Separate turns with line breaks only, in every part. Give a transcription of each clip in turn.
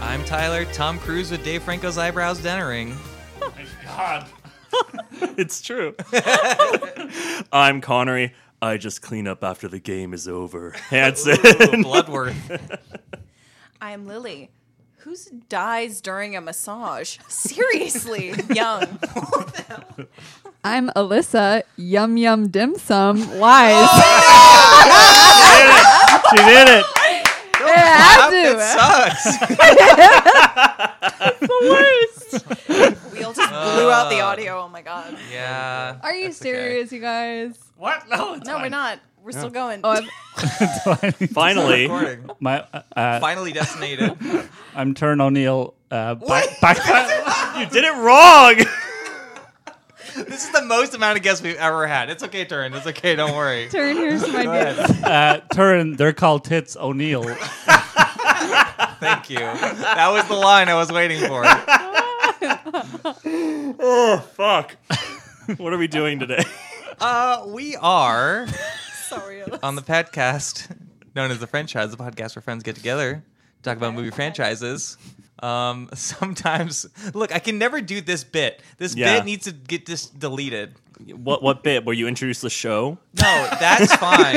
I'm Tyler, Tom Cruise with Dave Franco's eyebrows dinner ring.
My God.
It's true. I'm Connery. I just clean up after the game is over. Hanson.
Bloodworth.
I'm Lily. Who dies during a massage? Seriously, young.
I'm Alyssa. Yum yum dim sum. Wise.
she did it.
I have to.
That sucks.
We all just blew out the audio. Oh my god.
yeah.
Are you serious, you guys?
What? No, it's
No,
fine.
we're not. We're still going.
Oh, I'm,
Finally.
Recording.
My, uh, uh,
Finally destinated.
I'm Turn O'Neill. Uh, back,
What?
back,
You did it wrong.
this is the most amount of guests we've ever had. It's okay, Turin. It's okay. Don't worry.
turn here's my dick.
uh, Turn. They're called Tits O'Neill.
Thank you. That was the line I was waiting for.
oh, fuck. What are we doing today?
Uh, we are
sorry.
on the podcast known as the franchise, the podcast where friends get together, talk about movie franchises. Um, sometimes, look, I can never do this bit. This
Yeah.
bit needs to get dis- deleted.
What what bit where you introduce the show?
No, that's fine.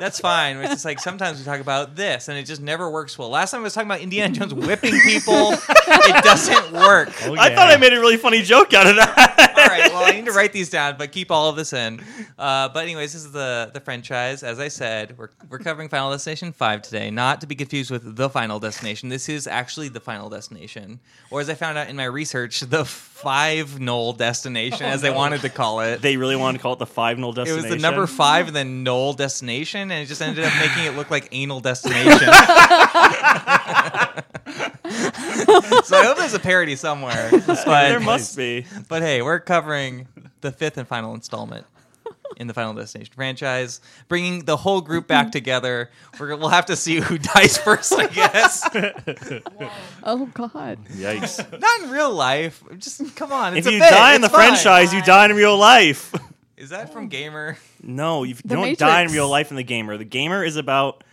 That's fine. It's just like sometimes we talk about this, and it just never works well. Last time I was talking about Indiana Jones whipping people. it doesn't work. All
I thought I made a really funny joke out of that.
right. Well, I need to write these down, but keep all of this in. Uh, but anyways, this is the the franchise. As I said, we're we're covering Final Destination Five today, not to be confused with the Final Destination. This is actually the Final Destination, or as I found out in my research, the Five Knoll Destination, as they wanted to call it.
They really wanted to call it the five null
It was
destination.
the number five and then null destination, and it just ended up making it look like anal destination. so I hope there's a parody somewhere.
There
But,
must be.
but hey, we're covering the fifth and final installment in the Final Destination franchise, bringing the whole group back together. We're, we'll have to see who dies first, I guess.
Oh God.
Yikes.
Not in real life. Just come on. It's
if
a
you
bit,
die in the
it's fine.
franchise, you die in real life.
is that from Gamer?
No, you
The
don't die in
Matrix.
real life in the gamer. The gamer is about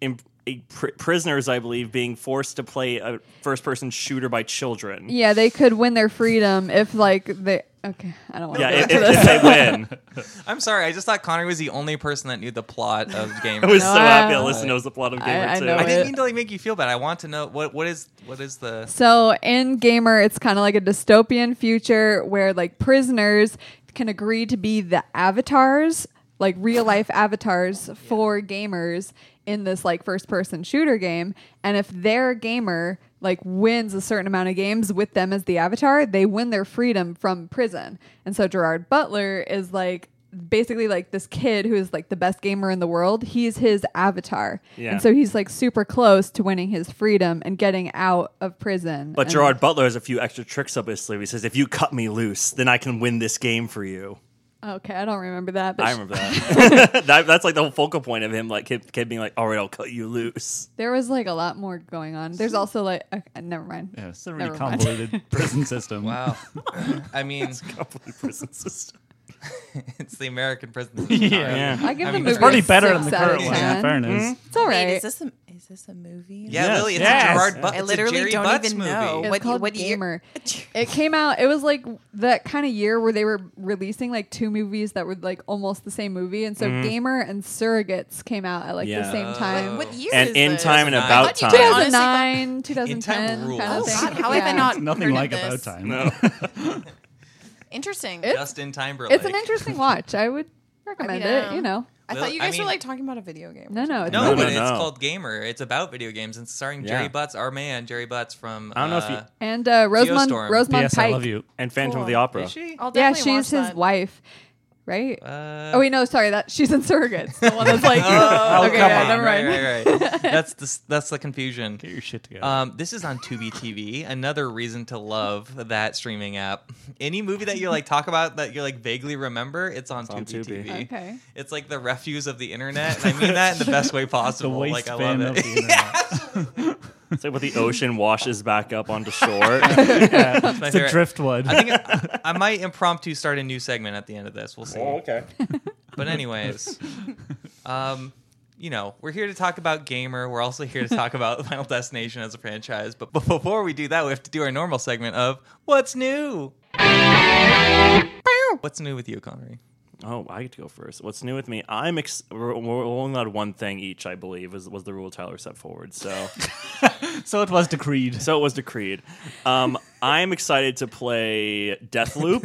im- a pr- prisoners, I believe, being forced to play a first-person shooter by children.
Yeah, they could win their freedom if like they. Okay, I don't want
Yeah,
to.
if, if- if they win,
I'm sorry. I just thought Connor was the only person that knew the plot of Gamer.
I was so happy.
I-
Alyssa knows the plot of gamer
I
too.
know
I didn't
it.
mean to like make you feel bad. I want to know what what is what is the
So in Gamer, it's kind of like a dystopian future where like prisoners can agree to be the avatars, like real life avatars for gamers in this like first person shooter game. And if their gamer like wins a certain amount of games with them as the avatar, they win their freedom from prison. And so Gerard Butler is like basically like this kid who is like the best gamer in the world. He's his avatar.
Yeah.
And so he's like super close to winning his freedom and getting out of prison.
But
And-
Gerard Butler has a few extra tricks up his sleeve. He says, "If you cut me loose, then I can win this game for you."
Okay, I don't remember that. But
I remember that. that that's like the whole focal point of him, like kid, kid being like, "All right, I'll cut you loose."
there was like a lot more going on. There's also like, okay, never mind.
Yeah, it's a really
Never mind.
convoluted prison system.
wow. I mean,
Complicated prison system.
it's the American prison. system.
Yeah.
I give
I
them
mean,
a
it's
Probably
six
better than the
out of
current one, in
Mm-hmm.
10.
fairness.
It's all
Wait,
right.
is this a is this a movie?
Yeah,
Yes.
Lily, it's
Yes.
a Gerard Butler.
I literally don't even know.
it's
What-
called
what year-
Gamer. it came out. It was like that kind of year where they were releasing like two movies that were like almost the same movie, and so Gamer and Surrogates came out at like
Yeah.
the same time.
What year
And
is
in
this?
time and
Nine.
about
How'd you
time.
do it?
2009, 2010
rules.
kind
Oh,
of thing.
God, how
yeah.
have I not? heard
Nothing
of
like
this?
About Time.
No.
Interesting.
It-
Justin Timberlake.
It's an interesting watch. I would recommend
I
it.
know.
You know,
I
Well,
thought you
I
guys
mean-
were like talking about a video game.
no, no, it's
No,
No,
but
no,
it's
no.
called Gamer. It's about video games and starring
Yeah.
Jerry Butts, our man Jerry Butts from.
I don't know if you-
uh,
And uh, Rosamund
Geostorm.
Rosamund
P.S.
Pike.
I love you.
And Phantom of the
Cool.
Opera.
Is she?
I'll
Yeah,
definitely
she's
watch
his
that.
wife, right?
Uh,
oh wait, no, sorry. That she's in surrogates. The one that's like,
oh,
okay,
come
yeah,
on.
never
right,
mind.
right, right. that's the s- that's the confusion.
Get your shit together.
Um, this is on Tubi TV. Another reason to love that streaming app. Any movie that you like talk about that you like vaguely remember, it's on,
on
Tubi,
Tubi.
TV.
Okay.
It's like the refuse of the internet, and I mean that in the best way
the
possible. like I love
waistband of
it.
the internet.
It's like what the ocean washes back up onto shore.
Oh, It's my
It's a
favorite.
driftwood.
I think I, I might impromptu start a
Oh,
new segment at the end of this. We'll see.
okay.
But anyways, um, you know, we're here to talk about Gamer. We're also here to talk about Final Destination as a franchise. But but before we do that, we have to do our normal segment of What's New? What's new with you, Connery?
Oh, I get to go first. What's new with me? I'm ex- we're, we're only allowed one thing each, I believe, was, was the rule Tyler set forward. So,
So it was decreed.
so it was decreed. Um, I'm excited to play Deathloop.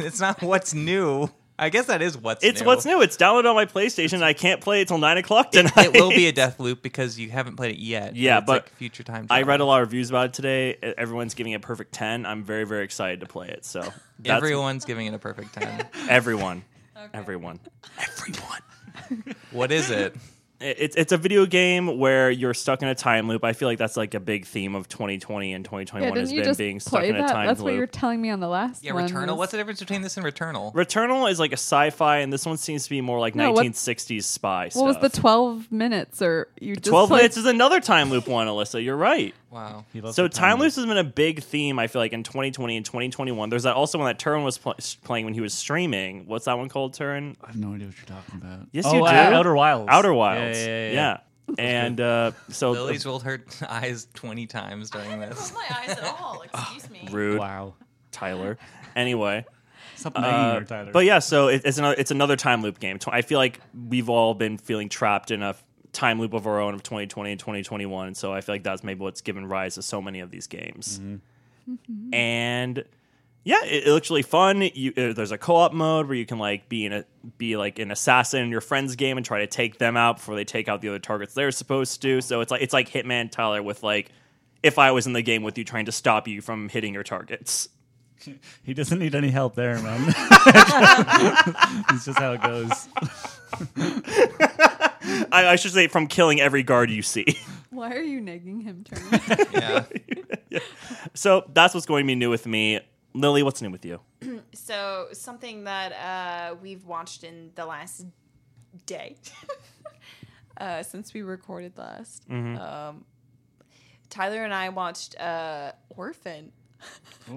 It's not what's new. I guess that is what's
It's
new.
what's new. It's downloaded on my PlayStation. and I can't play it till nine o'clock tonight.
It will be a death loop because you haven't played it yet.
Yeah,
it's
but
like future time.
I
travel.
read a lot of reviews about it today. E- Everyone's giving it a perfect ten. I'm very very excited to play it. So that's
Everyone's giving it a perfect ten.
everyone, everyone, everyone.
what is it?
It- It's it's a video game where you're stuck in a time loop. I feel like that's like a big theme of 2020 and 2021
Yeah,
has
didn't you
been
just
being stuck
play
in a
that?
time
That's
loop.
what you were telling me on the last
Yeah,
one.
Returnal.
was-
What's the difference between this and Returnal?
Returnal is like a sci-fi, and this one seems to be more like
No, what-
1960s spy
What was the
stuff.
12 minutes or you just
12
played-
minutes is another time loop one, Alyssa. You're right.
wow.
So time loops has been a big theme. I feel like in 2020 and 2021. There's that also one that Turin was pl- playing when he was streaming. What's that one called, Turin?
I have no idea what you're talking about.
Yes,
oh,
you
uh,
do.
Outer Wilds.
Outer Wilds.
Yeah. yeah, yeah,
And uh, so
Lily's rolled her eyes twenty times during this.
Oh my eyes at all. Excuse me.
rude,
Wow.
Tyler. Anyway,
Stop nagging
uh,
her, Tyler.
but yeah, so it, it's another it's another time loop game. Tw- I feel like we've all been feeling trapped in a f- time loop of our own of 2020 and 2021. And so I feel like that's maybe what's given rise to so many of these games. and yeah, it, it looks really fun. You, uh, there's a co-op mode where you can like be in a be like an assassin in your friend's game and try to take them out before they take out the other targets they're supposed to. So it's like it's like Hitman Tyler with like if I was in the game with you trying to stop you from hitting your targets.
he doesn't need any help there, man. it's just how it goes.
I, I should say from killing every guard you see.
Why are you nagging him, Turner?
Yeah.
So that's what's going to be new with me. Lily, what's new with you?
So something that uh, we've watched in the last day uh, since we recorded last.
Mm-hmm.
Um, Tyler and I watched uh, Orphan.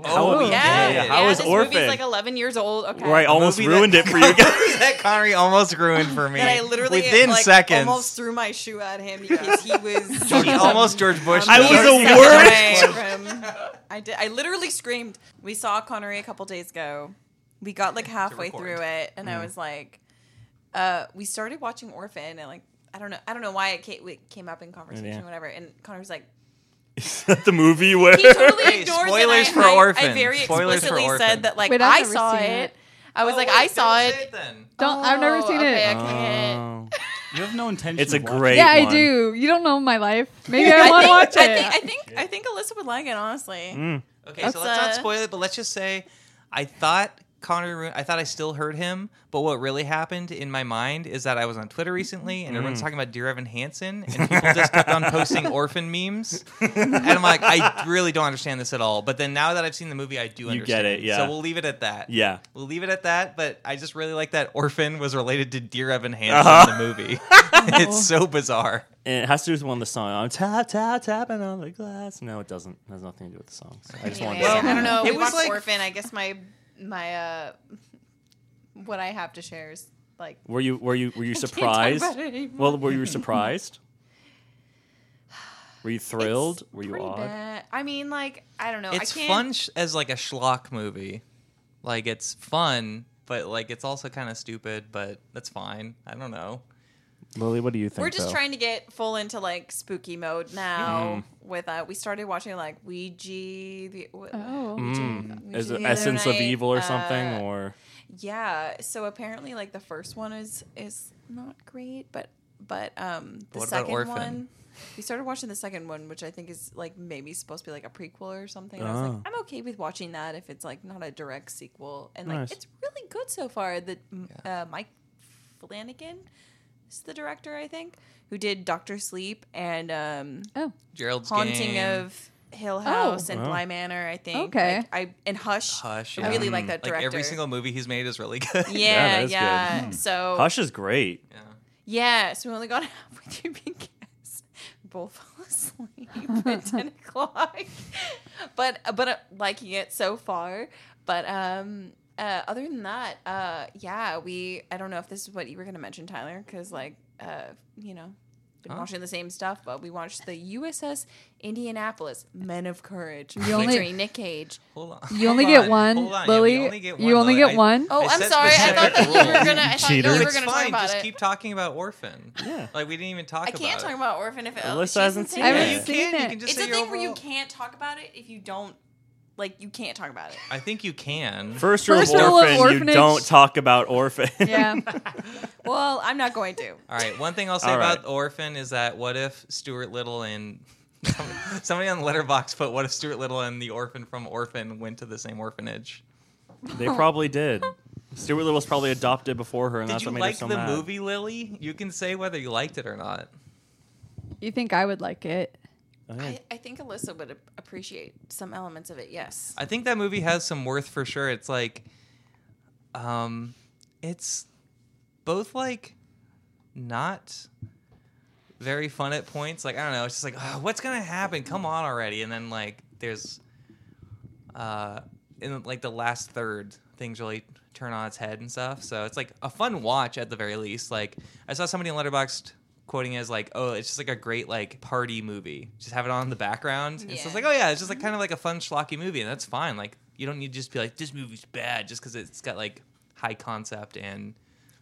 Oh,
yeah.
yeah.
How is
this
Orphan?
movie's like 11 years old. Okay.
Where I almost
movie that-
ruined it for you guys.
that Connery almost ruined for me.
that I literally
within
like,
seconds.
almost threw my shoe at him because he was
George- almost George Bush.
I was
knows.
the
Stepped
worst.
away from- I did. I literally screamed. We saw Connery a couple days ago. We got like halfway
record.
through it, and I was like, uh, "We started watching Orphan, and like, I don't know, I don't know why it came, it came up in conversation,
Yeah.
or whatever." And Connor was like,
the movie where
"He totally
Hey,
ignores
spoilers
it."
for
and I, I- I,
Orphan.
very
Spoilers for
explicitly
Orphan.
said that like
Wait, I've
I
never
saw
seen
it.
it.
I was like, "I saw Oh, it."
Don't. I've never
Oh,
seen
okay,
it.
I can't.
You have no intention.
It's a
of watching
Uh, great-
Yeah, I
one.
do. You don't know my life. Maybe I want to
I
watch
think,
it.
I think I think I think Alyssa would like it honestly.
Okay,
That's,
so let's not
uh,
spoil it, but let's just say I thought Connor, ru- I thought I still heard him, but what really happened in my mind is that I was on Twitter recently and
Mm.
everyone's talking about Dear Evan Hansen and people just kept on posting orphan memes. and I'm like, I really don't understand this at all. But then now that I've seen the movie, I do
You
understand.
get it, yeah.
So we'll leave it at that.
Yeah.
We'll leave it at that, but I just really like that Orphan was related to Dear Evan Hansen,
Uh-huh.
the movie. it's so bizarre.
And it has to do with one of the songs. I'm tap, tap, tapping on the glass. No, it doesn't. It has nothing to do with the song. So I just wanted to
Anyway,
say
I don't know.
It
we
was
watched
like-
Orphan. I guess my my uh, what I have to share is like
Were you were you were you
can't talk about it
surprised?
anymore.
Well, were you surprised? Were you thrilled? were you
pretty
awed?
bad. I mean, like I don't know.
it's
I can't,
fun sh- as like a schlock movie like it's fun but like it's also kind of stupid but that's fine i don't know
Lily, what do you think?
We're just
though?
trying to get full into like spooky mode now. With uh, we started watching like Ouija. The, wh-
Oh.
Mm. Is
the
it
other
essence of
night,
evil or something?
uh,
or
Yeah. So apparently, like the first one is is not great, but but um the
What about
second
Orphan?
one. We started watching the second one, which I think is like maybe supposed to be like a prequel or something. And I was
Oh.
like,
Ah.
I'm okay with watching that if it's like not a direct sequel, and like
Nice.
it's really good so far. That uh, Mike Flanagan is the director, I think, who did Doctor Sleep and um,
Oh.
gerald's
Haunting
Game,
of Hill House and Bly Manor. I think.
Okay.
Like, I and Hush.
hush
I
yeah. Mm.
really like that director.
like every single movie he's made is really good Hmm.
Yeah,
that
yeah.
is good.
So
Hush is great.
Yeah.
yeah, so we only got halfway through because we both fell asleep at ten o'clock. But but uh, liking it so far. But um, uh, other than that, uh, yeah, we. I don't know if this is what you were gonna mention, Tyler, because like uh, you know, been watching the same stuff, but we watched the USS Indianapolis, Men of Courage,
You only-
featuring Nick Cage.
Hold on.
You only
Hold
get
on.
one,
Hold on. Yeah, we
Lily.
only get
you only
Lily.
get one.
Oh,
I
I'm
said
sorry. I
specific
thought that you were
rules.
gonna. I thought you
Cheater.
were
No,
No,
gonna
it's
talk
fine.
about
Just
it.
keep talking about Orphan.
Yeah.
Like we didn't even talk
I
about
can't
it.
talk about Orphan if it,
Alyssa
she
hasn't seen
I
yeah,
haven't
you
seen
can. You
it.
can just
It's a
say
thing
your
where you
overall-
can't talk about it if you don't like. You can't talk about it.
I think you can.
First rule of
First rule of
orphan, you
orphanage.
don't talk about orphan.
Yeah.
Well, I'm not going to.
All right. One thing I'll say
All right.
about Orphan is that what if Stuart Little and somebody on Letterbox put what if Stuart Little and the orphan from Orphan went to the same orphanage?
they probably did. Stuart Little was probably adopted before her, and
Did
that's
you
what made
like
her so
the
mad.
movie, Lily? You can say whether you liked it or not.
you think I would like it?
Oh, yeah.
I, I think Alyssa would ap- appreciate some elements of it. Yes.
I think that movie has some worth for sure. It's like, um, it's both like not very fun at points. Like I don't know, it's just like "Ah, what's gonna happen? Come on already! And then like there's, uh, in like the last third, things really turn on its head and stuff. So it's like a fun watch at the very least. Like I saw somebody in Letterboxd quoting it as like, oh, it's just like a great like party movie. Just have it on in the background. And so it's
Yeah.
like, oh yeah, it's just like kind of like a fun schlocky movie, and that's fine. Like you don't need to just be like this movie's bad just because it's got like high concept and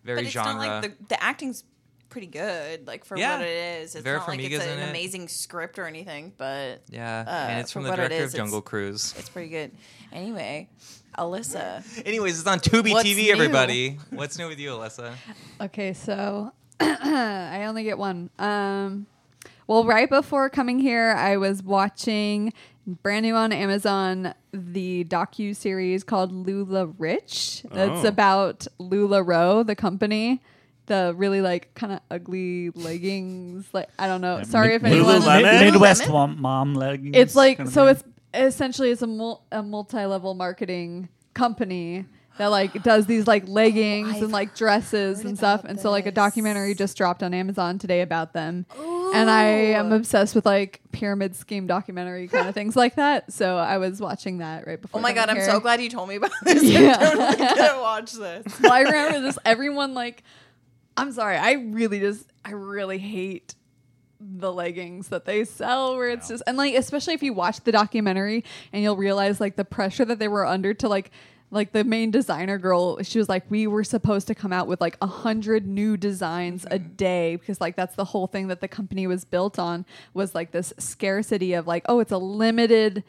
very
but it's
genre.
not like the, the acting's pretty good, like for
Yeah.
what it is. It's
Vera
not like
Farmiga's
it's
in
an
it.
amazing script or anything, but
Yeah,
uh,
and it's
for
from the
what it
director
is,
of Jungle Cruise.
it's pretty good. Anyway, Alyssa,
Anyways, it's on Tubi
What's
TV.
new?
Everybody, what's new with you, Alyssa?
Okay, so I only get one. Um, well, right before coming here, I was watching brand new on Amazon the docu series called Lula Rich. That's
Oh.
about Lula Rowe, the company. The really like kind of ugly leggings, like I don't know. Sorry if
Mid-
anyone.
Lululemon?
Mid- Midwest
Lululemon?
mom, mom leggings.
It's like
kinda
so. It's
thing.
essentially it's a, mul- a multi-level marketing company that like does these like leggings and like dresses and stuff.
Oh, about
And so like a
this.
documentary just dropped on Amazon today about them. And I am obsessed with like pyramid scheme documentary kind of things like that. So I was watching that right before.
oh my god, I'm
coming
so
here.
glad you told me about this.
Yeah.
I totally gonna watch this.
well, I remember just everyone like, I'm sorry, I really just, I really hate the leggings that they sell where it's just and like especially if you watch the documentary and you'll realize like the pressure that they were under to like like the main designer girl she was like we were supposed to come out with like a hundred new designs a day because like that's the whole thing that the company was built on was like this scarcity of like oh it's a limited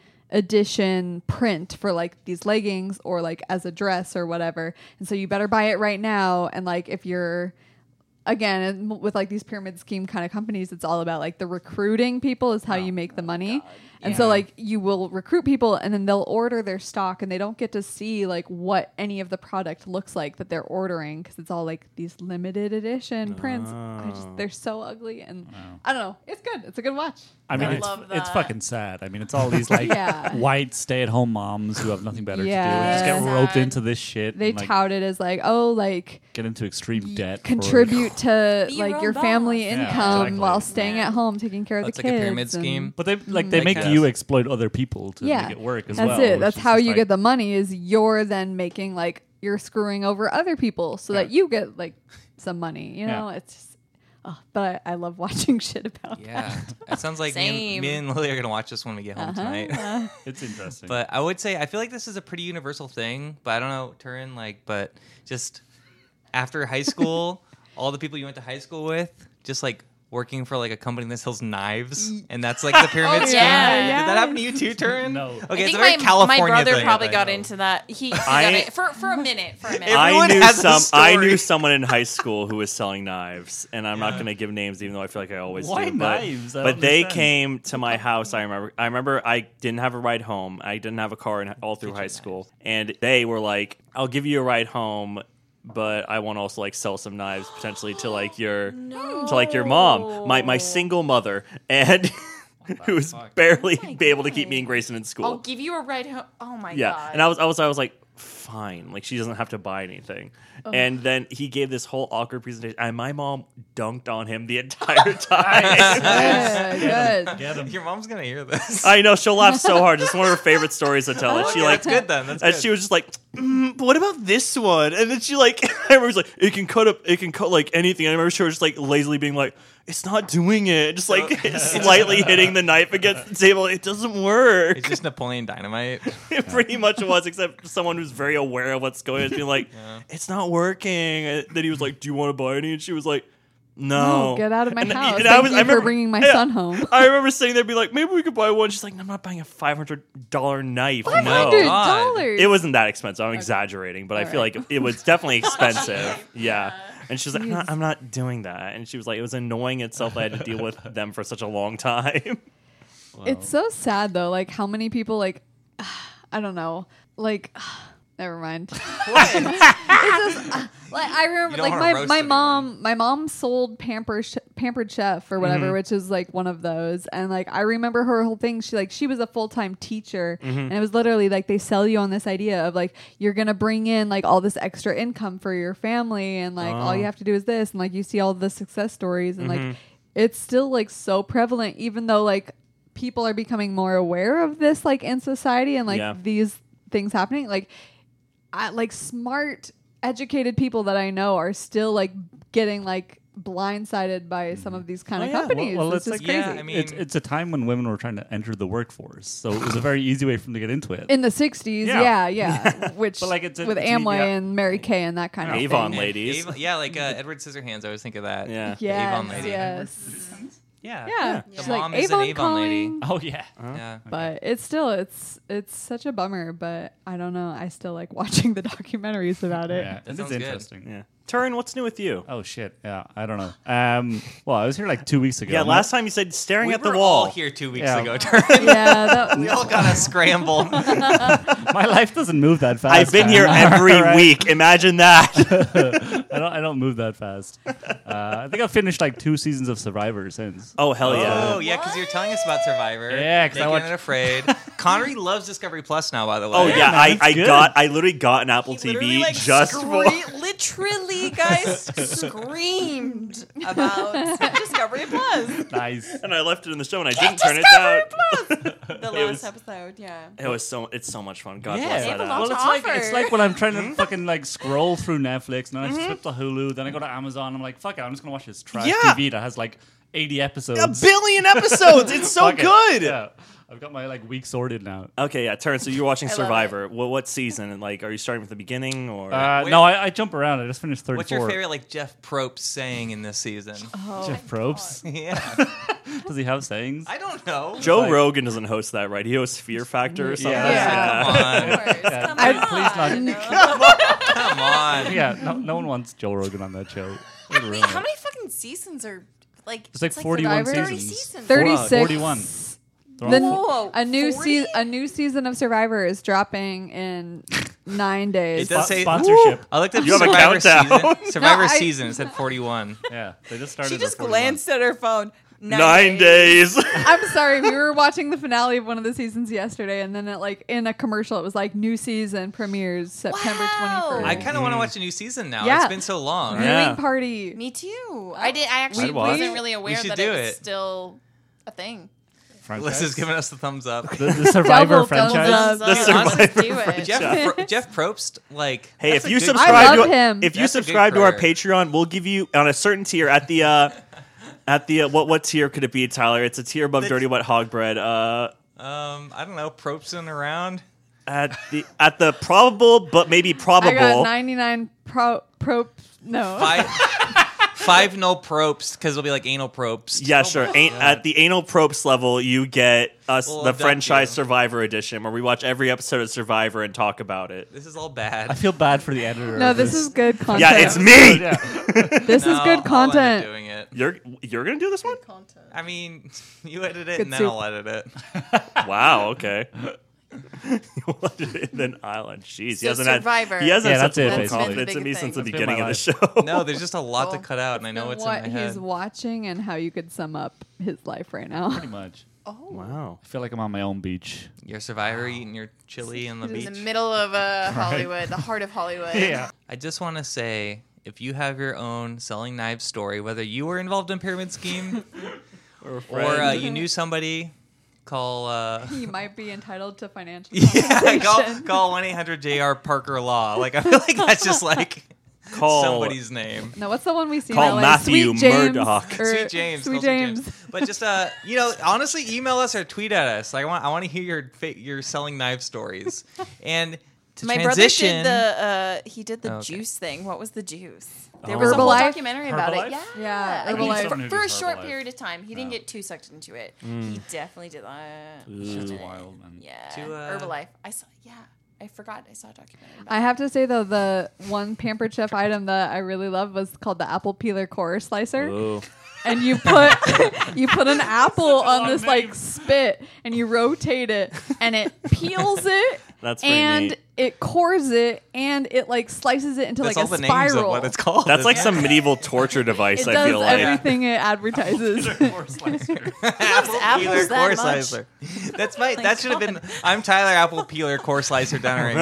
edition print for like these leggings or like as a dress or whatever and so you better buy it right now and like if you're again and with like these pyramid scheme kind of companies it's all about like the recruiting people is how you make the money and so like you will recruit people and then they'll order their stock and they don't get to see like what any of the product looks like that they're ordering because it's all like these limited edition prints I just, they're so ugly and i don't know it's good it's a good watch
I mean,
I
it's,
love
it's
that.
fucking sad. I mean, it's all these like
Yeah.
white stay-at-home moms who have nothing better to do and
Yes.
just get roped
Sad.
into this shit.
they
and, like,
tout it as like oh like
get into extreme debt. for-
contribute to
Be your
like
own
your
boss.
family
Yeah,
income
exactly.
while staying
Yeah.
at home taking care of
That's
the
like a
kids
pyramid
and-
scheme.
But they like
Mm,
they
Like
make
that.
you exploit other people to
yeah,
make it work as
that's
well.
it.
which
That's
is
how
just
you
like-
get the money. Is you're then making like you're screwing over other people so that you get like some money. You
Yeah.
know, it's just. Oh, but I, I love watching shit about.
Yeah, it sounds like me and,
Same. Uh-huh.
me and Lily are gonna watch this when we get home tonight.
Uh,
It's interesting.
But I would say I feel like this is a pretty universal thing. But I don't know, Turin, like, but just after high school, all the people you went to high school with, just like working for like a company that sells knives, and that's like the pyramid scheme.
Oh, yeah,
Did that happen to you too, Turin?
No.
Okay,
I
it's
think
a very
my,
California
my brother
thing, I
probably
think.
got into that. He, he
I-
got it for, for a minute. For a minute.
Everyone
I knew
has a
some. I knew
story.
someone in high school who was selling knives, and I'm not going to give names, even though I feel like I always
Why
do. but-
knives? I
But,
don't
they
understand.
came to my house. I remember. I remember. I didn't have a ride home. I didn't have a car in, all through high school, and they were like, "I'll give you a ride home." But I want to also like sell some knives potentially to like your to like your mom, my my single mother, and who was
Oh
barely be able to keep me and Grayson in school.
I'll give you a ride home. Oh my
yeah,
god!
and I was I was I was like, fine. Like she doesn't have to buy anything. And then he gave this whole awkward presentation, and my mom dunked on him the entire time.
Yeah, good.
Get him.
Your mom's gonna hear this.
I know she'll laugh so hard. It's one of her favorite stories to tell. And Uh, she
Oh, Yeah,
like
that's good then. That's
and
good.
she was just like, mm, but "What about this one?" And then she like, I remember she was like, "It can cut up, it can cut like anything." And I remember she was just like lazily being like, "It's not doing it," just like slightly hitting the knife against the table. It doesn't work.
it's just Napoleon Dynamite.
It pretty much was, except someone who's very aware of what's going on, being like,
Yeah.
"It's not working." And then he was like, "Do you want to buy any?" And she was like, "No,
No, get out of my
And-
house.
and I
Thank
was-
you
I
for
remember-
bringing my
yeah.
son home.
I remember sitting there, and be like, "Maybe we could buy one." She's like, "I'm not buying a five hundred dollar knife."
Five
No,
hundred
God.
dollars.
it wasn't that expensive. I'm exaggerating, but I feel like it was definitely expensive. yeah. And she was like, I'm not, I'm not doing that. And she was like, it was annoying itself. I had to deal with them for such a long time.
It's so sad though. Like how many people like I don't know. Like never mind. It's just, uh, like I
You
remember,
don't
like
wanna
my,
roast
my
anyone.
mom, my mom sold Pampers Ch- Pampered Chef or whatever, which is like one of those. And like I remember her whole thing. She like she was a full time teacher, and it was literally like they sell you on this idea of like you're gonna bring in like all this extra income for your family, and like all you have to do is this, and like you see all the success stories, and like it's still like so prevalent, even though like people are becoming more aware of this like in society and like
Yeah.
these things happening like I, like smart, educated people that I know are still like getting like blindsided by
Mm-hmm.
some of these kind
Oh,
of
yeah.
companies.
Well- well,
it's
it's
just
like-
crazy.
Yeah, I mean,
it's, it's a time when women were trying to enter the workforce, so it was a very easy way for them to get into it.
in the '60s, yeah, yeah,
Yeah.
which
But, like, it's a-
with
it's a-
Amway
yeah.
and Mary Kay and that kind of
Avon
thing.
ladies.
Ava- yeah, like uh, Edward Scissorhands. I always think of that.
Yeah.
The Avon
Yes,
lady.
yes,
Yeah.
yeah.
The
She's
mom
like
is an
Avon,
Avon
calling,
lady.
Oh yeah.
Uh,
Yeah.
but it's still it's it's such a bummer. But I don't know. I still like watching the documentaries about it.
Yeah, this
sounds
is
good.
interesting.
Yeah. Turin, what's new with you?
Oh shit! Yeah, I don't know. Um, well, I was here like two weeks ago.
Yeah,
I'm
last time you said staring
We
at the
were
wall.
all here two weeks
Yeah.
ago. Turn.
Yeah, that,
we all got to scramble.
not- my life doesn't move that fast.
I've been
man.
here every
All right.
week. Imagine that.
I don't. I don't move that fast. Uh, I think I've finished like two seasons of Survivor since.
oh hell
Oh
yeah!
yeah, because you're telling us about Survivor.
Yeah, 'cause I
Naked
watch-
and Afraid. Connery loves Discovery Plus now. By the way.
Oh yeah, I,
that's
I
good.
got I literally got an Apple
He literally,
TV
like,
just for
scree- literally, guys screamed about Discovery Plus.
Nice.
and I left it in the show and I didn't turn it down.
The
It
last
was-
episode, yeah.
It was so it's so much fun. God
Yeah.
bless
They
that.
have a
app.
lot
Well,
to
it's like
offer.
it's like when I'm trying to fucking like scroll through Netflix, and then I flip to Hulu, then I go to Amazon. I'm like, fuck it, I'm just gonna watch this trash
Yeah.
TV that has like 80 episodes.
a billion episodes. It's so
Fuck it.
good.
Yeah, I've got my like week sorted now.
Okay, yeah, Terrence. So you're watching
love
Survivor. What what season? And like, are you starting from the beginning or?
Uh,
Wait.
no, I, I jump around. I just finished 34.
What's your favorite like Jeff Probst saying in this season?
Oh,
Jeff Probst?
yeah.
Does he have sayings?
I don't know.
Joe
like-
Rogan doesn't host that, right? He hosts Fear Factor or something.
Yeah.
Yeah.
Come on.
Of course. Come
I'd-
on.
please not-
No.
Come on.
yeah, no, no one wants Joe Rogan on that show. It'd
How
ruin
many,
it.
how many fucking seasons are like?
It's like 41
Survivor?
Thirty
seasons.
seasons.
36
41. They're all
The-
full.
Whoa,
a new
40?
se- a new season of Survivor is dropping in 9 days.
It does
Spo-
say-
sponsorship.
I looked up
You have a
Survivor
countdown.
season. Survivor
No, I-
season. It said 41.
Yeah, they just started.
She
at
just
41.
glanced at her phone. Nine,
Nine days.
I'm sorry, we were watching the finale of one of the seasons yesterday and then it like in a commercial it was like new season premieres September
Wow.
21st.
I kind of want to watch a new season now.
Yeah.
It's been so long.
Viewing
Yeah.
party.
Me too. I did. I actually
I'd watch.
wasn't really aware
should
that
do
it was
it.
still a thing.
Franchise?
Alyssa's giving us the thumbs up.
the, the Survivor
Double
franchise.
thumbs up.
Thumbs up.
Survivor
Let's do it.
Jeff, Pro- Jeff Probst, like,
hey,
that's
if
a
you
good
subscribe
love
to
him.
if you
That's a good
subscribe to our
career.
Patreon, we'll give you on a certain tier at the uh at the uh, what what tier could it be, Tyler? It's a tier above Dirty Wet Hog Bread. Uh,
Um, I don't know, Probsting around.
at the at the probable but maybe
I got
probable.
99 pro pro no.
Five, five no Probst, because it'll be like anal Probst.
Oh
Yeah, sure. An- at the anal probes level, you get us
We'll
the
abduct
franchise
you.
Survivor edition, where we watch every episode of Survivor and talk about it.
This is all bad.
I feel bad for the editor.
No,
of
this is good content.
Yeah, it's me.
Yeah.
This is
No, I'll
good
end up
content.
doing it.
You're you're gonna do this one?
Content.
I mean, you edit it
Good
and then
soup.
I'll edit it.
Wow. Okay. then Island. Jeez, he
So
hasn't
Survivor.
had. He hasn't
Yeah,
had
that's it,
such
That's
full
been the
confidence in me
biggest
since the
thing.
That's been
beginning of
my
the show.
No, there's just a lot to cut out, and I know what's in
what
my head.
he's watching and how you could sum up his life right now.
Pretty much.
Oh,
Wow.
I feel like I'm on my own beach.
Your survivor eating your chili on the
in the
beach.
middle of uh, Hollywood, the heart of Hollywood.
I just want to say if you have your own selling knives story, whether you were involved in pyramid scheme
Or,
or uh, you knew somebody, call uh,
He might be entitled to financial
yeah, call
compensation.
call one eight hundred JR Parker Law. Like I feel like that's just like
call
somebody's name.
No, what's the one we see? in
Call
LA?
Matthew
Sweet James,
Murdoch.
or-
Sweet James,
Sweet
call
James.
But just uh, you know, honestly, email us or tweet at us. Like, I want I want to hear your fa- your selling knife stories. And to
My
transition,
brother did the uh, he did the
Oh, okay.
juice thing. What was the juice?
Oh.
There was a whole
Herbalife?
documentary about it. Yeah,
Herbalife?
Yeah,
I
Herbalife.
mean,
Someone
for,
who
for a
does
short
Herbalife.
period of time, he didn't
No.
get too sucked into it.
Mm.
He definitely did that.
Shit's wild, man.
Yeah,
To, uh,
Herbalife. I saw. Yeah, I forgot. I saw a documentary. About
I have to say though, the one Pampered Chef item that I really love was called the apple peeler core slicer,
Ooh.
and you put you put an apple on
long
this
name.
like spit, and you rotate it, and it peels it,
That's pretty
and
neat.
it cores it, and it like slices it into
that's
like
all
a
the
spiral.
names of what it's called.
That's like some medieval torture
it
device. I
does
feel like.
everything it advertises.
apple
apples
peeler
that
core
much?
slicer. That's my that should have been. I'm Tyler Apple peeler core slicer Donnering.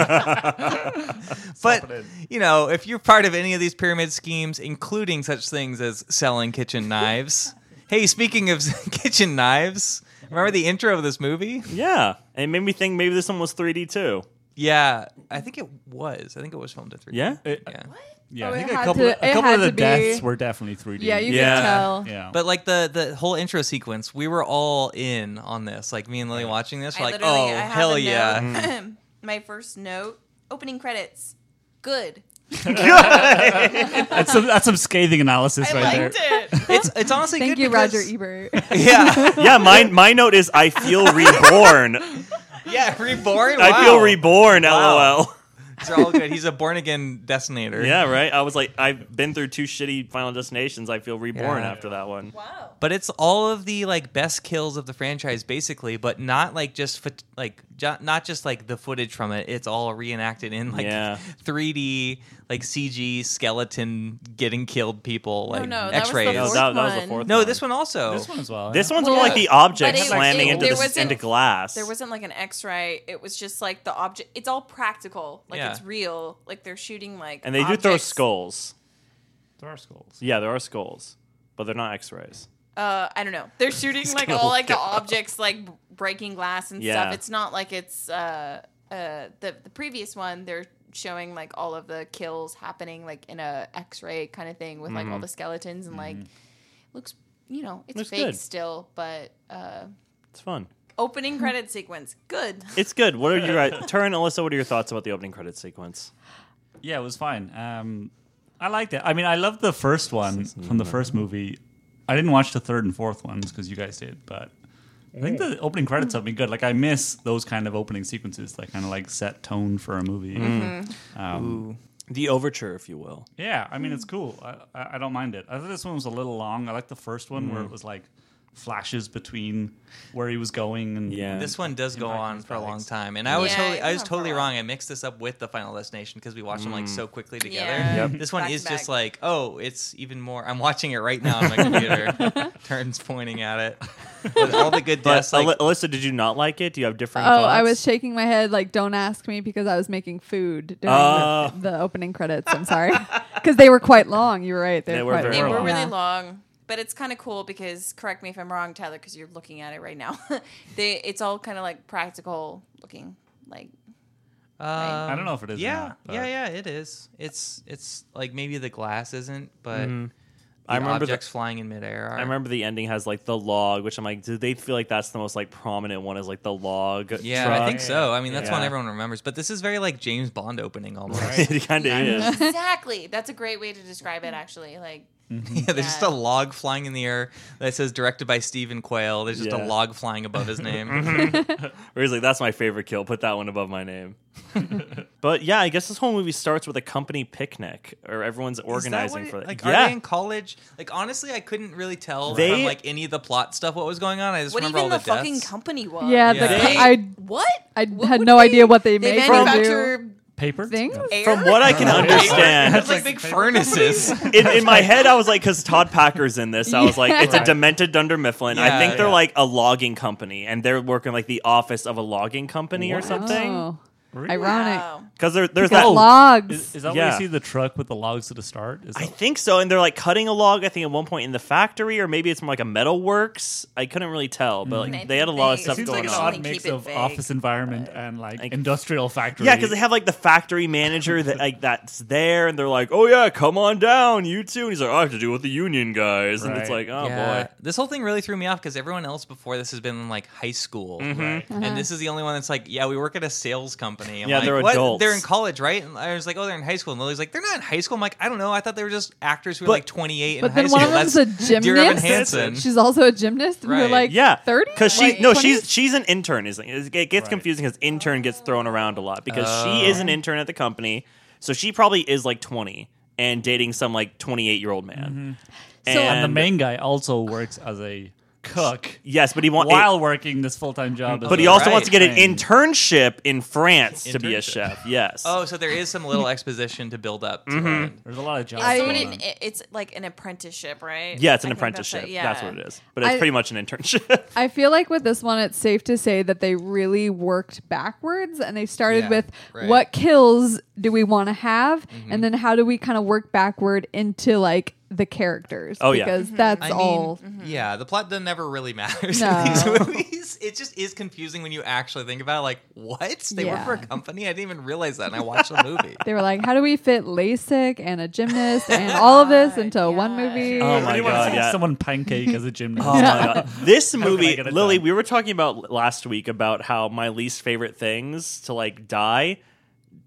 but you know, if you're part of any of these pyramid schemes, including such things as selling kitchen knives. hey, speaking of kitchen knives, remember the intro of this movie?
Yeah, and it made me think maybe this one was 3D too.
Yeah, I think it was. I think it was filmed at three.
Yeah,
yeah.
yeah,
Oh,
I
it
think a
had
couple,
to-
a
it
couple
had
of the
to be-
deaths were definitely 3D.
yeah, you
Yeah.
can tell.
yeah.
But like the the whole intro sequence, we were all in on this. Like me and Lily watching this,
I
we're like,
literally,
oh
I have
hell
a
yeah, Mm.
note. My first note: opening credits. Good.
that's some that's some scathing analysis
I
right there.
liked it.
it's it's honestly
Thank
good
you,
because-
Roger Ebert.
Yeah,
yeah. My my note is I feel reborn.
yeah, reborn. Wow.
I feel reborn.
Wow.
LOL.
It's all good. He's a born again destinator.
Yeah, right. I was like, I've been through two shitty Final Destinations. I feel reborn
Yeah.
after that one.
Wow.
But it's all of the like best kills of the franchise, basically, but not like just fo- like jo- not just like the footage from it. It's all reenacted in like
Yeah.
3D, like CG skeleton getting killed people, like
Oh, no, that was the
X-rays.
No,
Fourth
that, that was the
one.
fourth.
No, this one also.
This one as well.
This
yeah.
one's
Well,
more like the objects
it-
slamming
it-
into
there
the,
wasn't-
into glass.
There wasn't like an X-ray. It was just like the object. It's all practical. Like
Yeah.
it's real. Like they're shooting like.
and they do throw
objects.
skulls.
There are skulls.
Yeah, there are skulls, but they're not X-rays.
Uh, I don't know. They're shooting like all like the objects like b- breaking glass and
Yeah.
stuff. It's not like it's uh uh the the previous one. They're showing like all of the kills happening like in a X-ray kind of thing with like all the skeletons and like looks. You know, it's
Mm-hmm. Looks
fake
good.
still, but uh
It's fun.
opening credit sequence good.
It's good. What are you right? Taryn, Alyssa, what are your thoughts about the opening credits sequence?
Yeah, it was fine. Um, I liked it. I mean, I loved the first one from the first movie. I didn't watch the third and fourth ones because you guys did, but I think the opening credits have been good. Like, I miss those kind of opening sequences that kind of like set tone for a movie.
Mm-hmm.
Mm-hmm.
Um,
The overture, if you will.
yeah, I mean, it's cool. I, I, I don't mind it. I thought this one was a little long. I like the first one
Mm-hmm.
where it was like flashes between where he was going and
Yeah.
This one does go
Impact
on
these
for a long
products.
time, and I was
Yeah,
totally,
it
I
went
was
on for a
totally
while.
wrong. I mixed this up with the Final Destination because we watched them like so quickly together.
Mm. Yeah. Yep.
This one
Back
is
to
just
back.
like, oh, it's even more. I'm watching it right now on my computer. Turns pointing at it with all the good
But
deaths. Like,
Aly- Alyssa, did you not like it? Do you have different?
Oh,
thoughts?
I was shaking my head like, don't ask me because I was making food during
Oh.
the, the opening credits. I'm sorry. Because they were quite long. You were right. They,
They
were,
were
quite
very
They
long.
were
long.
really
Yeah.
long, but it's kind of cool because correct me if I'm wrong, Tyler, because you're looking at it right now. they it's all kind of like practical looking, like
um,
I don't know if it is or
Yeah,
not,
uh,
but-
yeah, yeah. It is. It's it's like maybe the glass isn't, but
Mm-hmm.
I
I remember
remember
the-
objects flying in midair. Are.
I remember the ending has like the log, which I'm like, do they feel like that's the most like prominent one? Is like the log?
Yeah,
truck?
I think so. I mean, that's one
Yeah.
everyone remembers. But this is very like James Bond opening almost.
it kind of is.
exactly. That's a great way to describe it. Actually, like
Yeah, there's just a
Yeah.
log flying in the air that says directed by Stephen Quayle. There's just
Yeah. Mhm.
a log flying above his name.
Where he's like, that's my favorite kill. Put that one above my name. but yeah, I guess this whole movie starts with a company picnic, or everyone's organizing for that.
Like,
yeah,
are they in college? Like, honestly, I couldn't really tell
They-
from like any of the plot stuff what was going on. I just
what
remember
even
all
the,
the,
fucking
deaths.
company was.
Yeah,
Yeah.
the,
They-
I
what?
I
What
had
would
no
they-
idea what they,
They
made them do.
manufacture
paper
things.
From what I can understand,
It's like big furnaces.
in, in my head, I was like, because Todd Packer's in this, I was like, it's a
Right.
demented Dunder Mifflin. I
Yeah,
think they're
yeah.
like a logging company, and they're working like the office of a logging company or something.
Oh, ironic.
Wow.
Because there, there's
Got
that.
logs.
Is, is that where
Yeah.
you see the truck with the logs at the start? Is
I
that,
think so, and they're like cutting a log. I think at one point in the factory, or maybe it's from like a metal works. I couldn't really tell, but like
Maybe
they had a lot of
they-
stuff
seems
going
like an
on.
odd
Keep
mix
it
of
vague,
office environment and like,
Like-
industrial factory.
Yeah, because they have like the factory manager that like that's there, and they're like, "Oh yeah, come on down, you too." And he's like, "I have to deal with the union guys," and it's like,
Right.
"Oh
Yeah.
boy."
This whole thing really threw me off because everyone else before this has been in like high school.
Mm-hmm.
Right.
Mm-hmm.
And this is the only one that's like, yeah, we work at a sales company. I'm
Yeah,
like,
they're
what?
adults.
They're in college, right? And I was like, oh, they're in high school. And Lily's like, they're not in high school. I'm like, I don't know. I thought they were just actors who were
But-
like 28 in
But
high
then
school.
one of them's a
That's Dear Evan
gymnast.
Hansen.
She's also a gymnast. We're
Right.
like
Yeah,
thirty
because she
Like,
no,
20s?
she's she's an intern. Is it gets
Right. Oh.
confusing because intern gets thrown around a lot because she is an intern at the company, so she probably is like twenty and dating some like twenty eight year old
Mm-hmm.
man.
So-
and,
And the main guy also works as a cook
yes, but he wants
while working this full time job. as
but
a
he also
Right.
wants to get an
trained.
internship in France to be a
Internship.
chef. Yes.
Oh, so there is some little exposition to build up. To
Mm-hmm.
it.
There's a lot of jobs.
It's,
going
someone
on.
in, it- it's like an apprenticeship, right?
Yeah, it's an
I think
apprenticeship. That's,
That's, it, yeah.
what it is. But it's
I-
pretty much an internship.
I feel like with this one, it's safe to say that they really worked backwards and they started
Yeah,
with
right.
what kills do we want to have,
Mm-hmm.
and then how do we kind of work backward into like the characters?
Oh, yeah.
because that's
I
all. Mm-hmm.
mean, mm-hmm. yeah, the plot then never really matters
No.
in these movies. It just is confusing when you actually think about it. Like, what? They work
Yeah.
for a company? I didn't even realize that. And I watched the movie.
They were like, how do we fit LASIK and a gymnast and all of this into one
yeah.
movie?
Oh
I
my
really want
God,
to see
yeah.
someone pancake as a gymnast.
Oh my God. This
can I
movie,
get it
Lily,
done?
we were talking about last week about how my least favorite things to like die.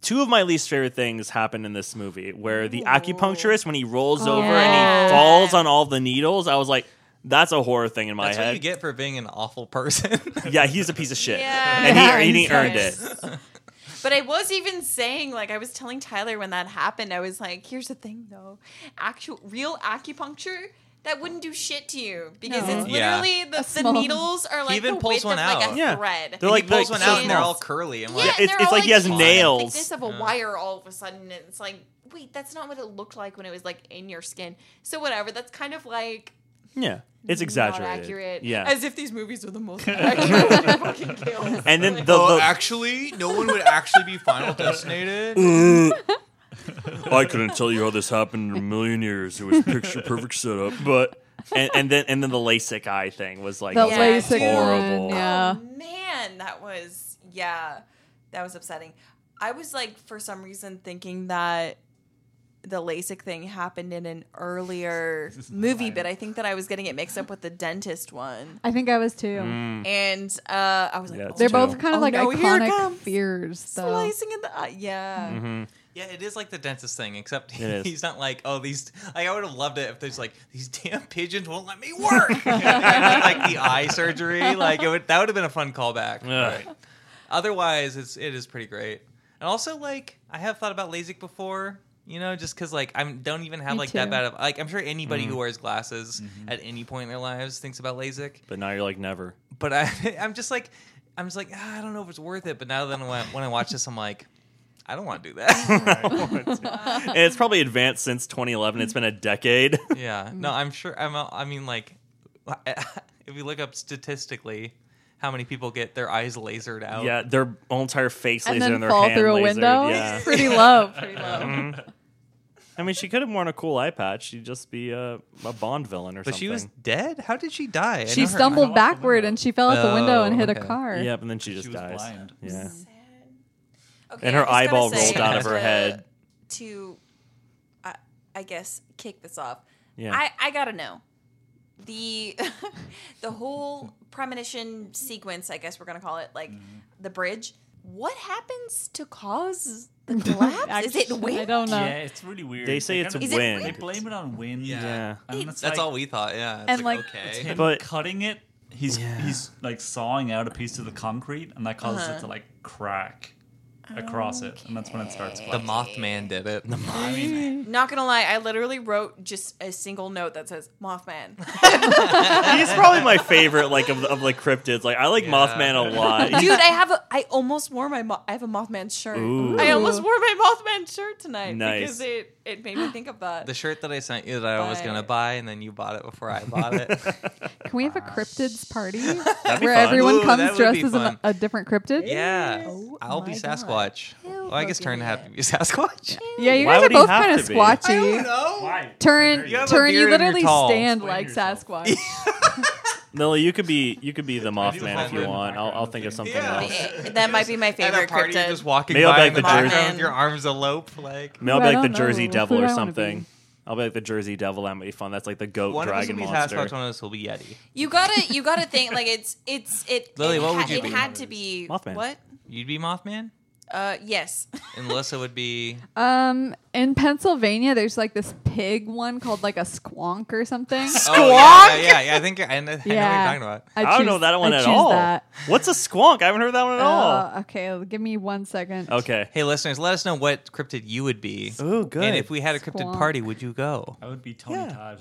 Two of my least favorite things happen in this movie where the acupuncturist, when he rolls over and
Yeah.
he falls on all the needles, I was like, that's a horror thing in my
That's what you
head.
get for being an awful person.
Yeah, he's a piece of shit.
Yeah,
and he,
Yeah,
and he
he's
earned it.
nice. But I was even saying, like, I was telling Tyler when that happened, I was like, here's the thing though. Actual real acupuncture, that wouldn't do shit to you because
No.
it's
Yeah.
literally
A
the, the
small-
needles are like
even
the
pulls
width
one
of like
out.
a
Yeah.
thread.
he
They're like the-
pulls one out and they're all
Yes.
curly. And
yeah,
like,
it's-
and they're
it's
all,
like he has
just
nails.
The thickness of a wire all of a sudden. And it's like, wait, that's not what it looked like when it was like in your skin. So whatever. That's kind of like
Yeah. It's
not
exaggerated.
accurate.
Yeah.
As if these movies are the most accurate fucking kills.
and then the,
Like,
oh,
the
actually, no one would actually be final destinated.
I couldn't tell you how this happened in a million years. It was picture perfect setup, but and, and then and then the LASIK eye thing was like
The
yeah,
LASIK
horrible.
one, yeah.
Oh, man, that was yeah, that was upsetting. I was like, for some reason, thinking that the LASIK thing happened in an earlier movie, but I think that I was getting it mixed up with the dentist one.
I think I was too.
And uh, I was like,
Hmm. Yeah,
oh,
They're
Mm, Too.
both kind of
Oh,
like
no, here it
iconic
comes.
fears,
it's
though.
LASIK in the eye. Yeah.
Mm-hmm.
yeah, it is like the dentist thing, except he-
It is.
he's not like, oh, these. Like, I would have loved it if there's like these damn pigeons won't let me work. And then, like the eye surgery, like it would, that would have been a fun callback.
Ugh.
Otherwise, it's it is pretty great. And also, like I have thought about LASIK before. You know, just because like I don't even have
Me
like
too.
that bad of like I'm sure anybody
Mm-hmm.
who wears glasses at any point in their lives thinks about LASIK.
But now you're like never.
but I, I'm just like, I'm just like, ah, I don't know if it's worth it. But now that when I, when I watch this, I'm like, I don't want to do that.
and it's probably advanced since 2011. It's been a decade.
yeah, no, I'm sure. I'm. uh, I mean, like, if you look up statistically, how many people get their eyes lasered out?
yeah, their whole entire face
And
laser
then
and their
fall
hand
through a
lasered.
window.
Yeah.
Pretty low. Pretty low.
I mean, she could have worn a cool eye patch. She'd just be a, a Bond villain or
but
something.
she was dead. How did she die? I know
She
her-
stumbled backward and she fell out the window
Oh,
and hit
okay.
a car.
Yeah, but then she just
was
dies.
blind.
Yeah.
Okay,
And
I
her
just gotta
eyeball
say,
rolled out of
her
to-
head.
To, I, I guess, kick this off.
Yeah.
I, I gotta know the the whole premonition sequence. I guess we're gonna call it like
Mm-hmm.
the bridge. What happens to cause the collapse? Is it
Actually,
wind?
I don't know.
Yeah, it's really weird.
They say it's
kind
a
Is
of-
it
win.
They blame it on wind.
Yeah.
Yeah.
And
It-
it's
That's
like,
all we thought. Yeah, it's
And,
like,
like,
okay,
Him
But-
cutting it,
Uh-huh.
he's he's like sawing out a piece of the concrete, and that causes it to like crack. across it, and that's when it starts.
The
collapsing.
Mothman did it.
I mean,
Not gonna lie, I literally wrote just a single note that says Mothman. Dude,
He's probably my favorite, like of, of like cryptids. Like I like
Yeah.
Mothman a lot. He's-
I have a, I almost wore my, mo- I have a Mothman shirt.
Ooh.
I almost wore my Mothman shirt tonight
Nice.
because it, it made me think of that.
The shirt that I sent you that I was
But-
gonna buy, and then you bought it before I bought it.
Can we have a cryptids party
That'd be
where
fun.
everyone
Ooh, that
comes
would
dressed
be
as an,
fun.
a different cryptid?
yeah,
Oh
I'll be
my God.
Sasquatch. Well, I guess Turn had to be Sasquatch.
Yeah, you
Why
guys are
would he
both
have
kind of
to be?
squatchy.
why?
Turn,
You have a beard
turn. You
and you're
literally
tall.
stand
Explain
like
yourself.
Sasquatch.
Lily, you could be you could be the
do
Mothman if
Mothman in
you
the
want. I'll, I'll
background,
think of
too.
something
Yeah.
else.
That might be my
At a
favorite
party,
cryptid.
just walking
Maybe I'll
by in
be
the
like the
background
Jer-
with your arms alope, like.
Maybe I'll
Well, I
be like the
don't
Jersey
know.
Devil
Who
or
do I wanna
something.
be?
I'll be like the Jersey Devil. That might be fun. That's like the goat
One of us will
dragon
be
monster.
Sasquatch, one of us will be Yeti.
You gotta, you gotta think like it's, it's, it.
Lily,
it
what would you
it
be?
had to be
Mothman.
What?
You'd be Mothman,
Uh, yes.
and Melissa would be.
Um, in Pennsylvania, there's like this pig one called like a squonk or something.
Oh, yeah, yeah, yeah, I think I, I know what you're
Yeah.
talking about.
I don't know
choose-
that one
I
at
choose
all.
That.
What's a squonk? I haven't heard that one at all.
Uh, okay, give me one second.
Okay.
Hey, listeners, let us know what cryptid you would be.
Ooh, good.
And if we had a cryptid
Squonk.
party, would you go?
I would be Tony
Yeah.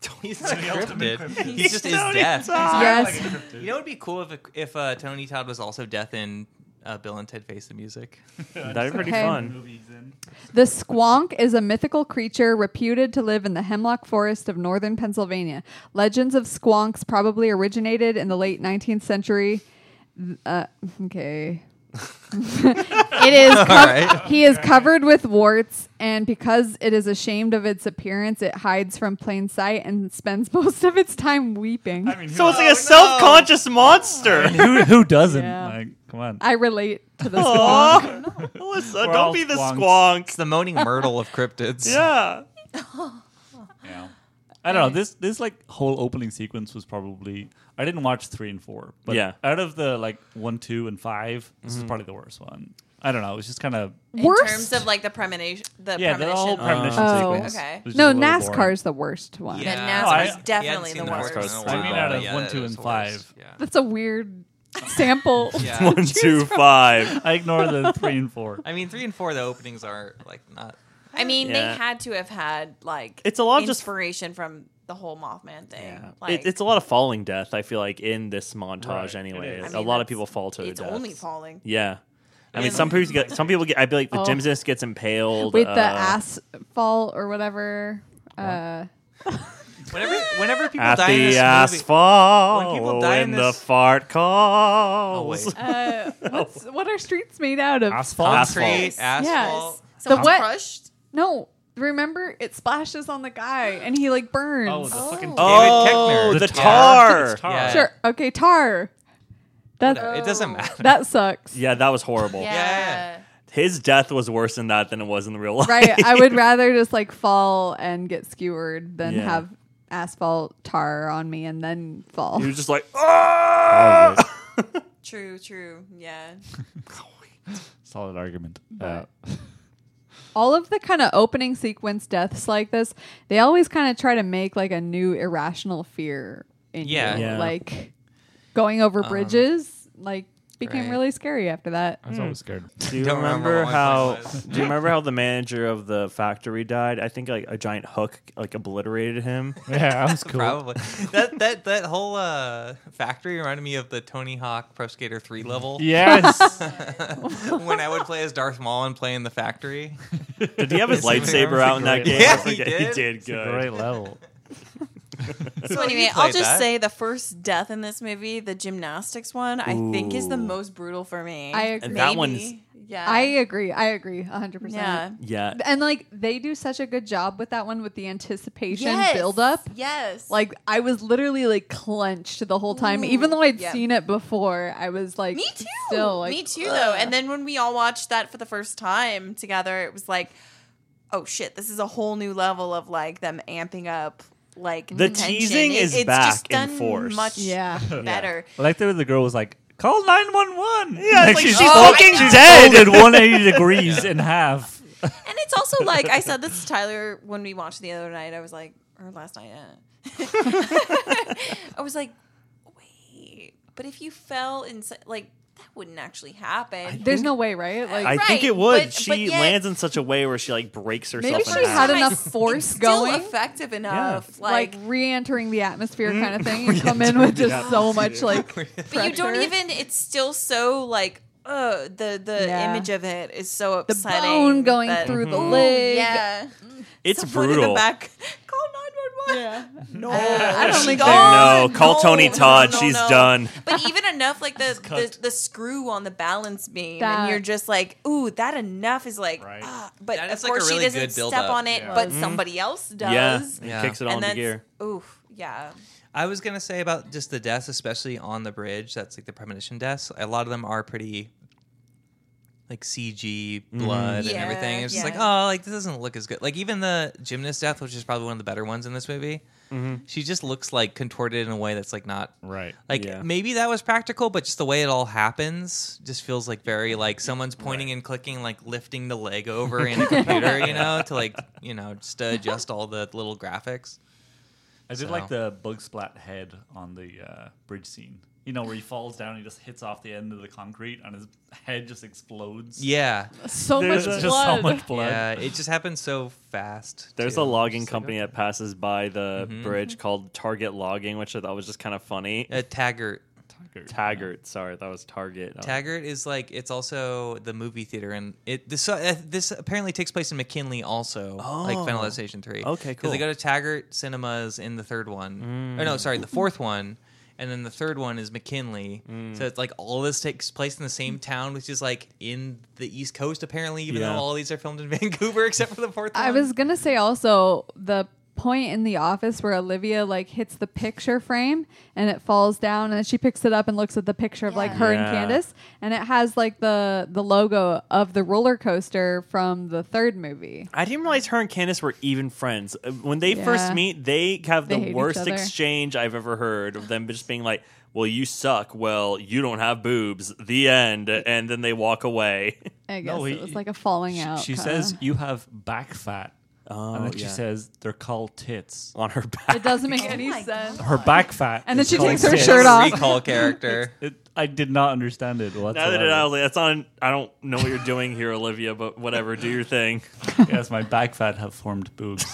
Todd.
He's
not a ultimate cryptid.
He's just his
Tony
death.
Todd.
Yes.
You know, it would be cool if if uh, Tony Todd was also death in uh, Bill and Ted Face the Music.
That'd be pretty
Okay.
fun.
The squonk is a mythical creature reputed to live in the hemlock forest of northern Pennsylvania. Legends of squonks probably originated in the late 19th century. Th- Uh, okay. it is cov-
right.
he is covered with warts and because it is ashamed of its appearance it hides from plain sight and spends most of its time weeping
I mean, who,
So it's like a self-conscious monster.
who, who doesn't?
Yeah.
Like, come on.
i relate to this squonk.
Aw. Melissa,
We're
don't
all
be the
squonks.
It's
squonk.
the moaning myrtle of cryptids.
Yeah.
Yeah. I don't know. This this like whole opening sequence was probably I didn't watch three and four, but
Yeah.
out of the like one, two, and five, this is probably the worst one. I don't know. It was just kind of
worst
In terms of like the premonition, the
yeah, the whole
premonition.
premonition
Oh.
sequence.
Okay.
was just
no
a little boring.
nascar's the worst one
Yeah.
Yeah.
Oh,
No, I-
NASCAR's definitely
Yeah, I
the
hadn't seen
worst.
NASCAR's
I
in
mean,
a
out
while,
of
but
one,
yeah,
two,
it was
and
the worst.
five.
Yeah.
that's a weird sample
Yeah.
One, two, five.
I ignore the three and four.
I mean, three and four, the openings are like not.
I mean,
Yeah.
they had to have had like
It's a lot of just-
inspiration from the whole Mothman thing.
Yeah.
Like,
it, it's a lot of falling death. I feel like in this montage,
Right,
anyway,
it is.
I
a
mean,
lot of
that's-
people fall to their
it's
deaths.
only falling.
Yeah, I mean,
Yeah.
some people get. Some people get. I feel like the
Oh.
gymnast gets impaled.
with
uh,
the ass fall or whatever. Uh,
Whenever, whenever people
At
die in
the
this
ass
movie,
fall,
When people die in
in the
this-
fart calls.
Oh, wait.
uh, what's, what are streets made out of?
Asphalt.
Asphalt.
concrete,
Yes.
asphalt.
Someone's
what?
crushed.
No, remember it splashes on the guy and he like burns.
Oh, the fucking
Oh,
the
the
tar.
It's tar.
Yeah.
sure. Okay, tar. That
It doesn't matter.
that sucks.
Yeah, that was horrible.
Yeah.
Yeah.
His death was worse than that than it was in the real life.
Right. I would rather just like fall and get skewered than
Yeah.
have asphalt tar on me and then fall.
He was just like, "Ah!"
True, true. Yeah.
Solid argument. Uh,
all of the kind of opening sequence deaths like this, they always kind of try to make like a new irrational fear in
Yeah. Um,
you.
Yeah.
Like going over bridges, like became
right.
really scary after that.
I was always scared.
Do you
Don't remember
remember
what my
how?
plan was.
Do you remember how the manager of the factory died? I think like a giant hook like obliterated him.
Yeah, I was cool.
Probably that that that whole uh, factory reminded me of the Tony Hawk Pro Skater Three level
Yes.
when I would play as Darth Maul and play in the factory.
Did he have his
It's a great-
lightsaber out in that
it's a
game?
great
Yeah,
I
he
forget.
did.
did.
It's a
Good.
great level.
So
Well, you
anyway, I'll
played
just
that.
say the first death in this movie, the gymnastics one, I think is the
Ooh.
most brutal for me.
I agree.
And that
Maybe.
one's-
yeah.
I agree. I agree 100%.
Yeah.
yeah.
And like they do such a good job with that one with the anticipation
Yes.
build up.
Yes.
Like I was literally like clenched the whole time
Ooh.
even though I'd
Yeah.
seen it before. I was like
Me too.
Still like
Me too, though. And then when we all watched that for the first time together, it was like, oh shit, this is a whole new level of like them amping up. Like
The
tension.
teasing is
it's
back
just
in
done
force.
Much
yeah.
better.
I like the way the girl was like, call 911.
Yeah, it's like,
she's
she's
folded-
fucking
she's
dead.
folded 180 degrees in half.
And it's also like I said this to Tyler when we watched the other night. I was like, or last night. Uh, I was like, wait, but if you fell inside, like that wouldn't actually happen.
There's no way, right? Like
I think it
Right,
would.
but-
she
but yet-
lands in such a way where she like breaks herself.
maybe
in
she
half.
had
Right.
enough
It's
force
Still
going,
effective enough.
like,
Like,
re-entering the atmosphere kind of thing, and come in with just so much like.
but you don't
pressure.
even. It's still so like. Uh, the the
Yeah.
image of it is so
the
upsetting.
bone going
that-
through the
Ooh,
leg.
Yeah,
It's
Someone
brutal.
In the back, call nine one one.
No.
I don't think
gone.
no, call
No,
Tony
no,
Todd.
no,
She's
no.
done.
But even enough, like the, the
cut.
the screw on the balance beam,
That-
and you're just like, ooh, that enough is like,
Right.
ah. but
That
of
is, like, a
course
really
she doesn't
good
step
buildup.
on it,
Yeah.
but
Mm-hmm.
somebody else
Yeah,
does.
Yeah.
kicks it on
And
the
then,
gear.
ooh, yeah,
I was gonna say about just the deaths, especially on the bridge. That's like the premonition deaths. A lot of them are pretty, like CG blood and
Yeah,
everything. It's just like,
yeah.
oh, like this doesn't look as good. Like even the gymnast death, which is probably one of the better ones in this movie. She just looks like contorted in a way that's like not
Right.
like
Yeah.
maybe that was practical, but just the way it all happens just feels like very like someone's pointing and clicking, like lifting the leg over in a computer, you know, to like you know just to adjust all the little graphics.
I did
So-
like the bug splat head on the uh, bridge scene. You know, where he falls down and he just hits off the end of the concrete and his head just explodes.
Yeah,
So
There's
much
just
blood.
so much blood.
Yeah, it just happens so fast.
There's
too.
a logging
Just like,
company that passes by the
Mm-hmm.
bridge called Target Logging, which I thought was just kind of funny.
uh, Taggart.
Taggart, sorry, that was Target. Oh.
Taggart is like it's also the movie theater, and it this uh, this apparently takes place in McKinley also, like Final
Oh.
Destination Three.
Okay,
Because they
cool. Mm.
go to Taggart Cinemas in the third one. Or no, sorry, the fourth one, and then the third one is McKinley.
Mm.
So it's like all this takes place in the same town, which is like in the East Coast apparently, even
Yeah.
though all these are filmed in Vancouver except for the fourth.
I
one.
was gonna say also the point in the office where Olivia like hits the picture frame and it falls down and then she picks it up and looks at the picture of like
Yeah.
her
Yeah.
and Candace and it has like the the logo of the roller coaster from the third movie.
I didn't realize her and Candace were even friends. Uh, When they
Yeah.
first meet, they have
They hate
the
each
worst
other.
exchange I've ever heard of them just being like, "Well, you suck. Well, you don't have boobs." The end, and then they walk away.
I guess
No,
it
he-
was like a falling
She,
out.
she
kinda.
says, You have back fat.
Oh,
and then she
yeah.
says, They're called tits.
On her back,
it doesn't make any
Oh my
sense.
Her back fat.
Oh, And then
is
she
called
takes her
tits.
shirt off.
Recall character.
It, I did not understand it whatsoever.
Neither did I. I was like, "That's on." I don't know what you're doing here, Olivia, but whatever. Do your thing.
yes, my back fat have formed boobs.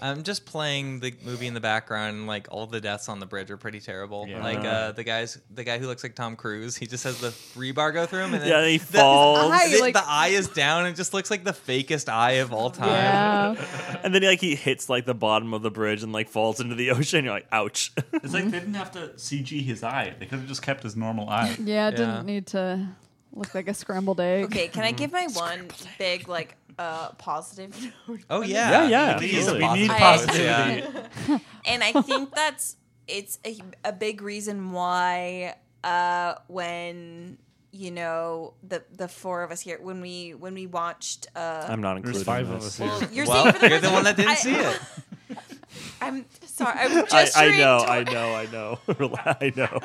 I'm just playing the movie in the background, and like all the deaths on the bridge are pretty terrible.
Yeah.
Like uh, the guys, the guy who looks like Tom Cruise, he just has the rebar go through him, and then
Yeah, he
the-
falls.
eye,
The,
like-
the eye is down, and just looks like the fakest eye of all time.
Yeah.
And then he, like he hits like the bottom of the bridge and like falls into the ocean. You're like, ouch.
It's
Mm-hmm.
like they didn't have to CG his eye. They could have just kept his normal eye.
Yeah,
Yeah.
it didn't need to look like a scrambled egg.
Okay, can I give my one big like uh positive note?
Oh
on
yeah,
Yeah, yeah.
We
We
need
need-
some
we need
positivity.
positivity.
Yeah.
and I think that's it's a, a big reason why uh, when you know the the four of us here when we when we watched uh,
I'm not
There's
included.
five
in
of
this.
us here.
you're,
Well,
saying for the
you're the
first-
one that didn't
I-
see it.
I'm sorry I'm
I,
just
I know, I know, I know, I know.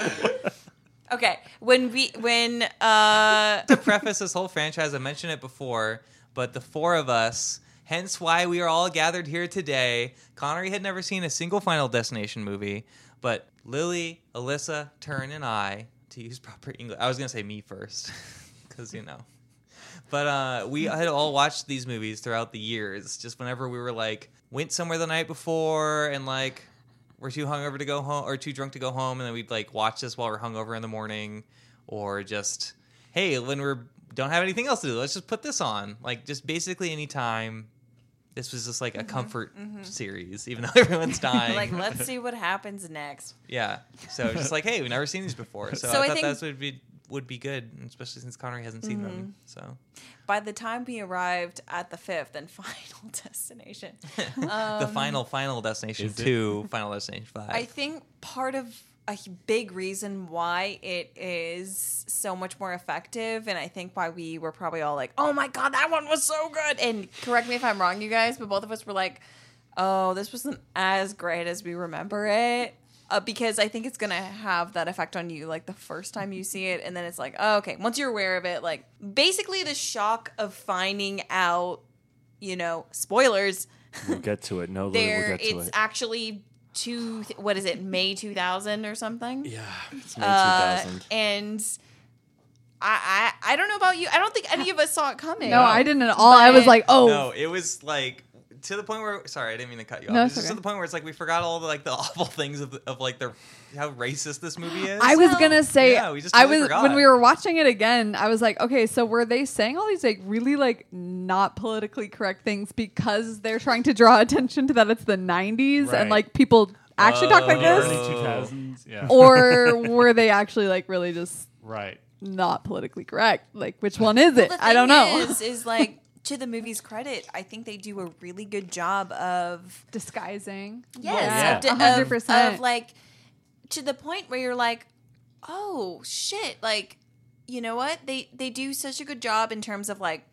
okay when we when uh
to preface this whole franchise, I mentioned it before, but the four of us, hence why we are all gathered here today. Connery had never seen a single Final Destination movie, but Lily, Alyssa, Turn, and I, to use proper English, I was going to say me first, because, you know. But uh, we had all watched these movies throughout the years, just whenever we were like, went somewhere the night before and like, we're too hungover to go home or too drunk to go home, and then we'd like watch this while we're hungover in the morning, or just hey, when we're don't have anything else to do, let's just put this on. Like just basically any time. This was just like a comfort series, even though everyone's dying.
Mm-hmm. like let's see what happens next
yeah, so it's just like hey, we've never seen these before, so,
So
I,
I
thought
think-
that would be would be good, especially since Connery hasn't seen
Mm-hmm.
them. So
by the time we arrived at the fifth and final destination
the
Um,
final, final destination
Is it-
two, final destination five.
I think part of a h- big reason why it is so much more effective, and I think why we were probably all like, "Oh my god, that one was so good!" And correct me if I'm wrong, you guys, but both of us were like, "Oh, this wasn't as great as we remember it." Uh, because I think it's gonna have that effect on you, like the first time you see it, and then it's like, oh, okay. Once you're aware of it, like basically the shock of finding out, you know, spoilers
We'll get to it. No, Lily,
there it's uh, actually two what is it may 2000 or something
yeah, it's May
Uh,
2000.
and I, I I don't know about you. I don't think any of us saw it coming.
No, I didn't at all. I was
But-
like, oh,
No, it was like to the point where sorry, I didn't mean to cut you off.
No,
It
it's
was just
okay.
to the point where it's like we forgot all the like the awful things of, of like the how racist this movie is.
I was
Well,
gonna say
yeah, we just
I
totally
was
forgot.
when we were watching it again. I was like, okay, so were they saying all these like really like not politically correct things because they're trying to draw attention to that it's the '90s
Right.
and like people actually talk like
Oh.
early
this,
Yes.
2000s. Yeah.
or were they actually like really just
right.
not politically correct? Like, which one is it?
Well, the
I don't
thing
know.
Is, is like to the movie's credit, I think they do a really good job of
Disguising,
yeah.
um, of- of-
100%.
of like to the point where you're like, oh shit, like you know what they they do such a good job in terms of like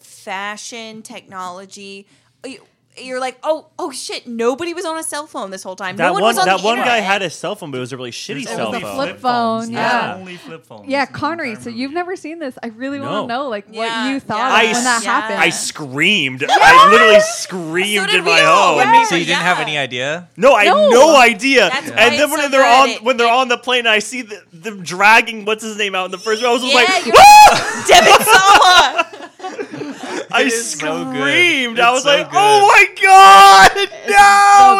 fashion technology. You- You're like, oh oh shit, nobody was on a cell phone this whole time.
That
no one,
one,
was on
that
the
one guy
internet.
had a cell phone, but it was a really shitty
There's
cell
was
phone.
a flip phone,
There's
yeah.
only flip phones.
yeah,
in the
Connery.
entire
So
movie.
you've never seen this. I really
No.
want to know like
Yeah,
what you thought
yeah.
of when that
I-
happened.
I screamed. I literally screamed
So did
in
we
my
all.
home.
Yeah.
so you didn't have
Yeah.
any idea?
No, I
No.
had no idea.
That's
and
why
then
it's
when
so
they're
bad.
on
It-
when they're
it-
on the plane, I see the, them dragging what's his name out in the first row. I was just
yeah,
like,
you're like, Devin Sawa.
I
is so good.
screamed. I
It's
was
so
like,
good.
oh my god, no!
the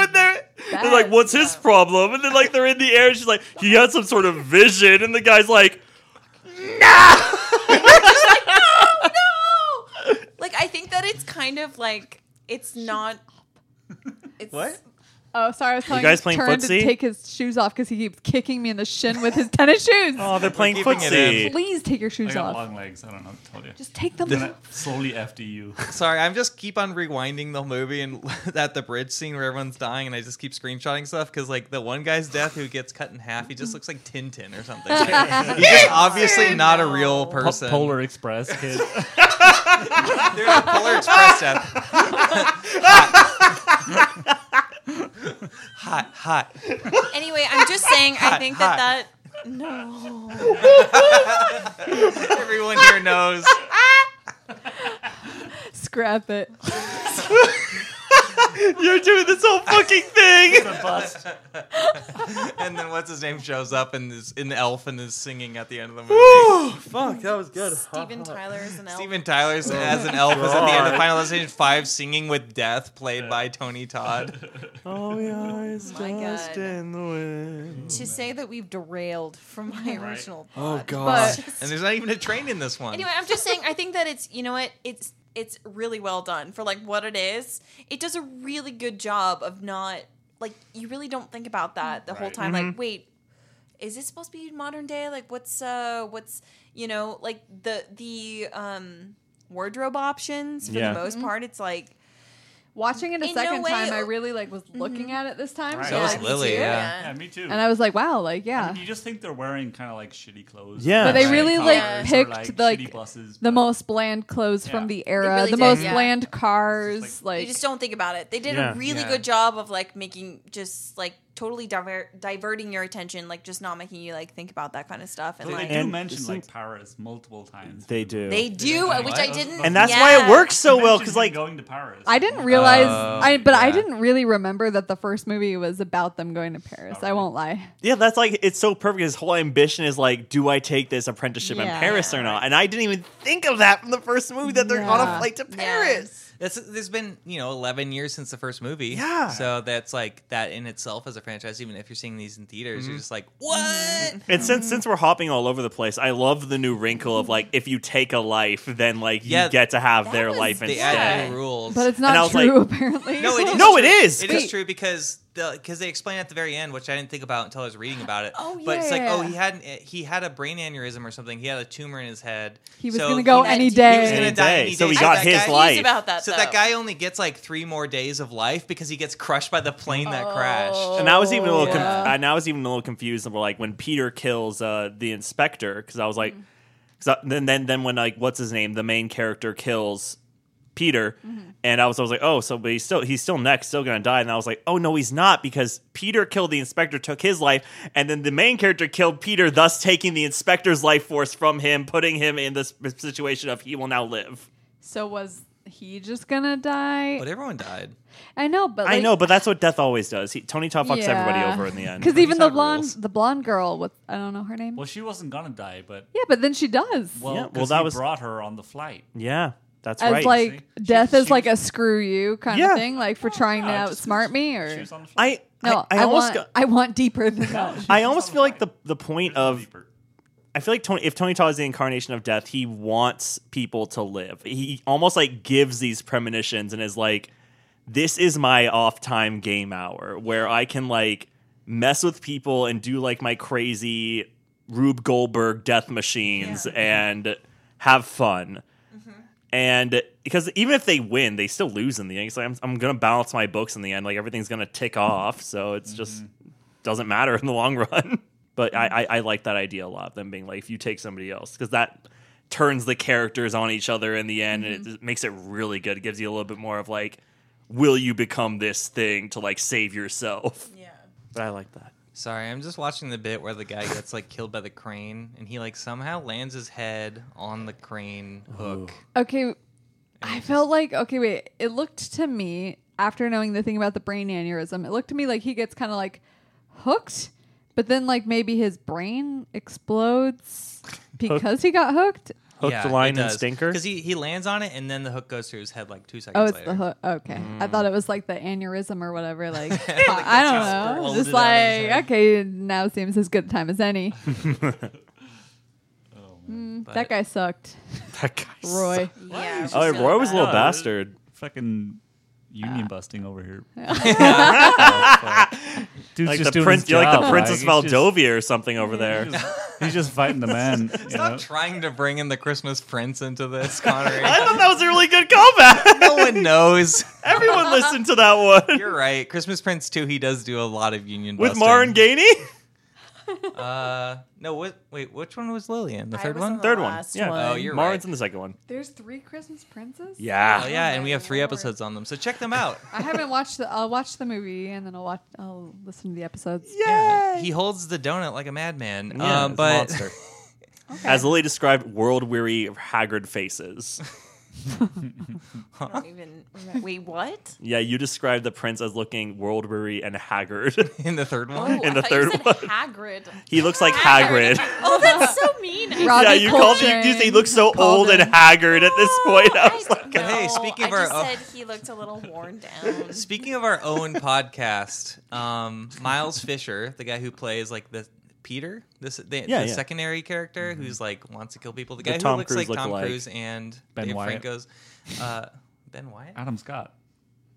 and they're they're like,
best.
what's his problem? And then like they're in the air. And she's like, he had some sort of vision, and the guy's like, "Oh,
like I think that it's kind of like it's not. It's,
What?
Oh, sorry. I was telling
guys
him
playing
to turn
footsie?
to take his shoes off because he keeps kicking me in the shin with his tennis shoes.
oh, they're playing
keeping it in.
footsie.
Please take your
I
shoes
got
off.
long legs. I don't know. I told you.
Just take them
The-
off.
slowly FDU.
Sorry, I'm just keep on rewinding the movie and at the bridge scene where everyone's dying, and I just keep screenshotting stuff because like the one guy's death who gets cut in half, he just looks like Tintin or something. Like, he's just obviously not a real person.
Polar Express kid.
There's a Polar Express death. hot, hot. hot.
Anyway, I'm just saying. I
Hot,
think
hot.
that that no.
Everyone here knows.
Scrap it.
You're doing this whole fucking thing.
And then what's his name shows up and is an elf and is singing at the end of the movie.
Fuck, that was good.
Steven Tyler is an elf.
Steven Tyler's as an elf is at the end of
God.
Final Destination Five, singing with death, played by Tony Todd.
Oh yeah, it's
My God.
dust in the wind.
to say that we've derailed from my original.
Oh
God.
And there's not even a train in this one.
Anyway, I'm just saying. I think that it's you know what it's it's really well done for like what it is. It does a really good job of not like you really don't think about that the whole
Right.
time. Like wait. Is this supposed to be modern day? Like, what's uh, what's you know, like the the um wardrobe options for
Yeah.
the most part. It's like
Watching it a
In no
second
way- Mm-hmm.
time, I really like was looking at it this time.
Right.
so,
So
was
like-
Lily. yeah.
yeah, me too.
and I was like, wow, like yeah.
you just think they're wearing kind of like shitty clothes.
Yeah.
But
But
they
Shitty
really like
colours or,
picked
shitty
like
buses,
the
but-
most bland clothes
Yeah.
from the era,
really
the
did,
most
yeah.
bland cars. Like
you just don't think about it. They did
Yeah.
a really
Yeah.
good job of like making just like totally diver- diverting your attention, like just not making you like think don't think about that kind of stuff. And
They
like
do
they,
And
mention
this
like
is-
Paris multiple times.
do.
do, uh,
What?
which I didn't.
And
and that's why it
Yeah.
works so
They
well
mention
because
him
like
going to Paris.
I didn't realize
Oh,
I but I
yeah.
didn't really remember that the first movie was about them going to Paris. I
really.
won't lie.
Yeah, that's like it's so perfect. His whole ambition is like, do I take this apprenticeship in
Yeah.
Paris or not? And I didn't even think of that from the first movie that they're on a
Yeah.
flight to
Yeah.
Paris.
That's, there's been you know 11 years since the first movie.
Yeah.
So that's like that in itself as a franchise. Even if you're seeing these in theaters,
Mm-hmm.
you're just like, what?
Mm-hmm.
And since since we're hopping all over the place, I love the new wrinkle of like if you take a life, then like you
Yeah,
get to have
that
their
was-
life
they
They
instead.
add
Yeah.
new rules,
But it's
I
not
was
true
like-
apparently.
No, it is.
No,
true.
it is.
It is
Wait.
true because the because they explain at the very end, which I didn't think about until I was reading about it.
Oh,
But it's like,
yeah.
oh, he had an, he had a brain aneurysm or something. He had a tumor in his head.
He was
So
gonna go
he-
any
he was
day.
gonna
Any
die
day.
any
So
day.
we
So
got
that
his
guy's
life.
about that.
so
though.
that guy only gets like three more days of life because he gets crushed by the plane
Oh.
that crashed.
And I was even a little, conf-
Yeah.
and I was even a little confused about like when Peter kills uh, the inspector because I was like, cause I- then then then when like what's his name, the main character kills Peter, and I was I was like, oh, so but he's still he's still next, still gonna die, and I was like, oh no, he's not because Peter killed the inspector, took his life, and then the main character killed Peter, thus taking the inspector's life force from him, putting him in this situation of he will now live.
So was he just gonna die?
But everyone died.
I know, but
I
like-
know, but that's what death always does. He, Tony Todd fucks everybody
Yeah.
over in the end.
because even the
Suicide
blonde,
rules.
the blonde girl with I don't know her name.
Well, she wasn't gonna die, but
yeah, but then she does.
well,
Yeah, well,
'cause
that
he
was-
brought her on the flight.
yeah, that's
as
right.
like
see?
death
She-
is
she
like a
was-
screw you kind
Yeah.
of thing, like for trying to
Yeah, just 'cause
outsmart me,
She
or
was on the flight.
I,
no,
I,
I,
I almost,
want
got-
I want deeper than that.
I almost feel like the the
Here's
point
the
of
deeper.
I feel like Tony, if Tony Todd is the incarnation of death, he wants people to live. He almost like gives these premonitions and is like, "This is my off time game hour where I can like mess with people and do like my crazy Rube Goldberg death machines and have fun." And because even if they win, they still lose in the end. It's like I'm, I'm gonna balance my books in the end. Like everything's gonna tick off, so it's just doesn't matter in the long run. But I, I, I like that idea a lot. Them being like, if you take somebody else, because that turns the characters on each other in the end, and it just makes it really good. It gives you a little bit more of like, will you become this thing to like save yourself?
Yeah.
But I like that.
Sorry, I'm just watching the bit where the guy gets like killed by the crane, and he like somehow lands his head on the crane hook.
Okay, I felt like okay, wait. It looked to me after knowing the thing about the brain aneurysm, it looked to me like he gets kind of like hooked, but then like maybe his brain explodes because he got hooked.
Hook the line and stinker.
because he he lands on it, and then the hook goes through his head like two seconds
Oh, it's
later.
the hook. Okay, I thought it was like the aneurysm or whatever. Like,
that's how
I
it
don't know.
rolls
Just
it out of his
like
head. Oh,
okay, now seems as good a time as any. Mm,
But-
that guy sucked,
that guy.
Roy.
Yeah.
What?
I
Oh,
feel
Roy was a
bad.
little
Yeah.
bastard.
fucking union
Ah.
busting over here. Dude's
Like
just
the
doing
prince,
his
you're like
job,
the Princess
he's just-
Valdovia or something over there.
He's just, he's just fighting the man. you know?
Stop trying to bring in the Christmas Prince into this, Connery.
I thought that was a really good callback.
no one knows.
Everyone listened to that one
You're right. Christmas Prince too. He does do a lot of union
with
busting.
Marin Gainey.
Uh, no. What? Wait. Which one was Lillian? The
I
they're
was on the
Third one.
last
Yeah.
one.
Oh, you're
Marin's
right.
in the second one.
There's three Christmas princes.
Yeah.
Oh yeah,
Oh
and
my
we have three
lord.
episodes on them, so check them out.
I haven't watched the. I'll watch the movie and then I'll watch. I'll listen to the episodes.
Yeah, he holds the donut like a madman.
Yeah,
um,
it's a
but
monster. As Lily described, world weary, haggard faces.
I don't even remember. Wait, what?
Yeah, you described the prince as looking world weary and haggard.
in the third
Oh,
one,
I
In the
thought you
third
said
one.
Hagrid.
he looks like Hagrid.
Oh, that's so mean. I-
Robbie
yeah, you called you,
Coltrane
you say he looks so
called
old and
him-
haggard at this point. I was like,
no,
Hey, speaking of
I
our-
just
oh.
said he looked a little worn down.
Speaking of our own podcast, um, Miles Fisher, the guy who plays like the Peter, this the,
Yeah,
the
yeah.
secondary character who's like wants to kill people, the
The
guy
Tom
who looks
Cruise
like Tom
look-alike.
Cruise and
Ben
Dave
Wyatt.
Franco's uh, Ben Wyatt.
Adam Scott.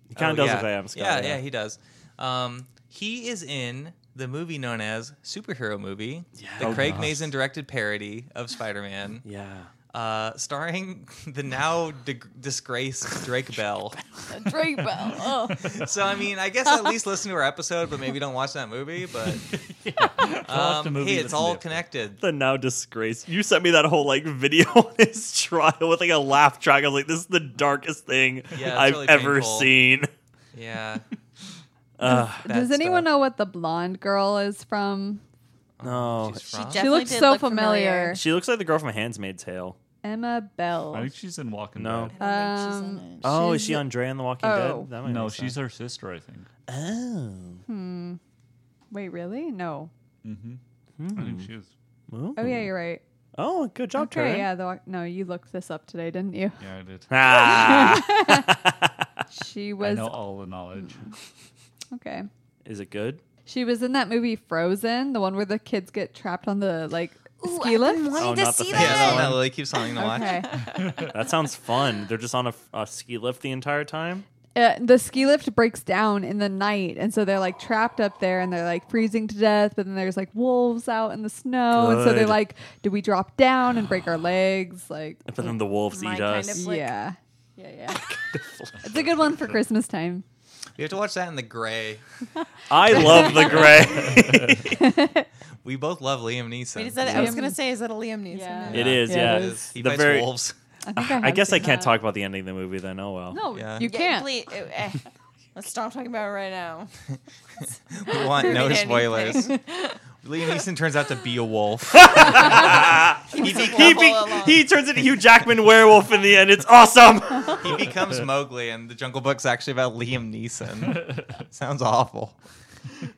he kind of
Oh,
does
yeah.
look like Adam Scott.
Yeah, yeah, he does. Um, he is in the movie known as superhero movie, the
Oh,
Craig
gosh.
Mazin directed parody of Spider-Man.
yeah.
uh, starring the now dig disgraced Drake Bell.
Drake Bell. Oh.
So I mean, I guess at least listen to our episode, but maybe don't watch that movie. But
watch the
um,
movie,
hey,
listen
it's
to
all
it.
connected.
The now disgrace. You sent me that whole like video on his trial with like a laugh track. I was like, this is the darkest thing
Yeah, it's
I've
really
ever
painful.
seen.
Yeah.
Uh,
Does
That's,
anyone
uh,
know what the blonde girl is from?
no.
Oh, She's from?
Jeff-
she
Definitely
looks
did
so
look
familiar.
familiar.
She looks like the girl from Handmaid's Tale.
Emma Bell.
I think she's in Walking
No.
Dead.
I don't think she's
Um,
in it.
Oh, is
She's-
she Andrea in The Walking
Oh.
Dead? That might
No,
make
she's
sense.
her sister, I think.
Oh.
Wait, really? No.
Hmm.
I think she is.
Oh yeah, you're right.
Oh, good job,
Okay,
Karen.
yeah. The, wa- no, you looked this up today, didn't you?
Yeah, I did.
Ah.
She
I
was
know all the knowledge.
okay.
is it good?
She was in that movie Frozen, the one where the kids get trapped on the like
Ooh,
ski
I've
lift.
been
Oh,
wanting to
not the
see
fan.
Yeah,
that.
that's one that Lily keeps wanting to watch.
Okay.
That sounds fun. They're just on a, a ski lift the entire time.
uh, the ski lift breaks down in the night, and so they're like trapped up there, and they're like freezing to death. But then there's like wolves out in the snow, and so they're
Good.
like, "Do we drop down and break our legs?" Like,
But then the wolves
My
eat
kind
us.
of- flick.
yeah, yeah, yeah. it's a good one for Christmas time.
We have to watch that in the gray.
I love the gray.
We both love Liam Neeson.
Wait, is that, I was going to say, is that a Liam Neeson?
Yeah.
movie?
It is,
Yeah,
yeah.
it
is. He
The
fights
very-
wolves.
I, think
I
have
guess I
seen
can't
that.
talk about the ending of the movie then. Oh well.
No,
Yeah.
you
Yeah,
can't.
please, eh, eh, let's stop talking about it right now.
We want no
Anything.
spoilers. Liam Neeson turns out to be a wolf.
He, be-
Wolf
he,
all
be-
along.
he turns into Hugh Jackman werewolf in the end. It's awesome.
he becomes Mowgli, and the Jungle Book's actually about Liam Neeson. Sounds awful.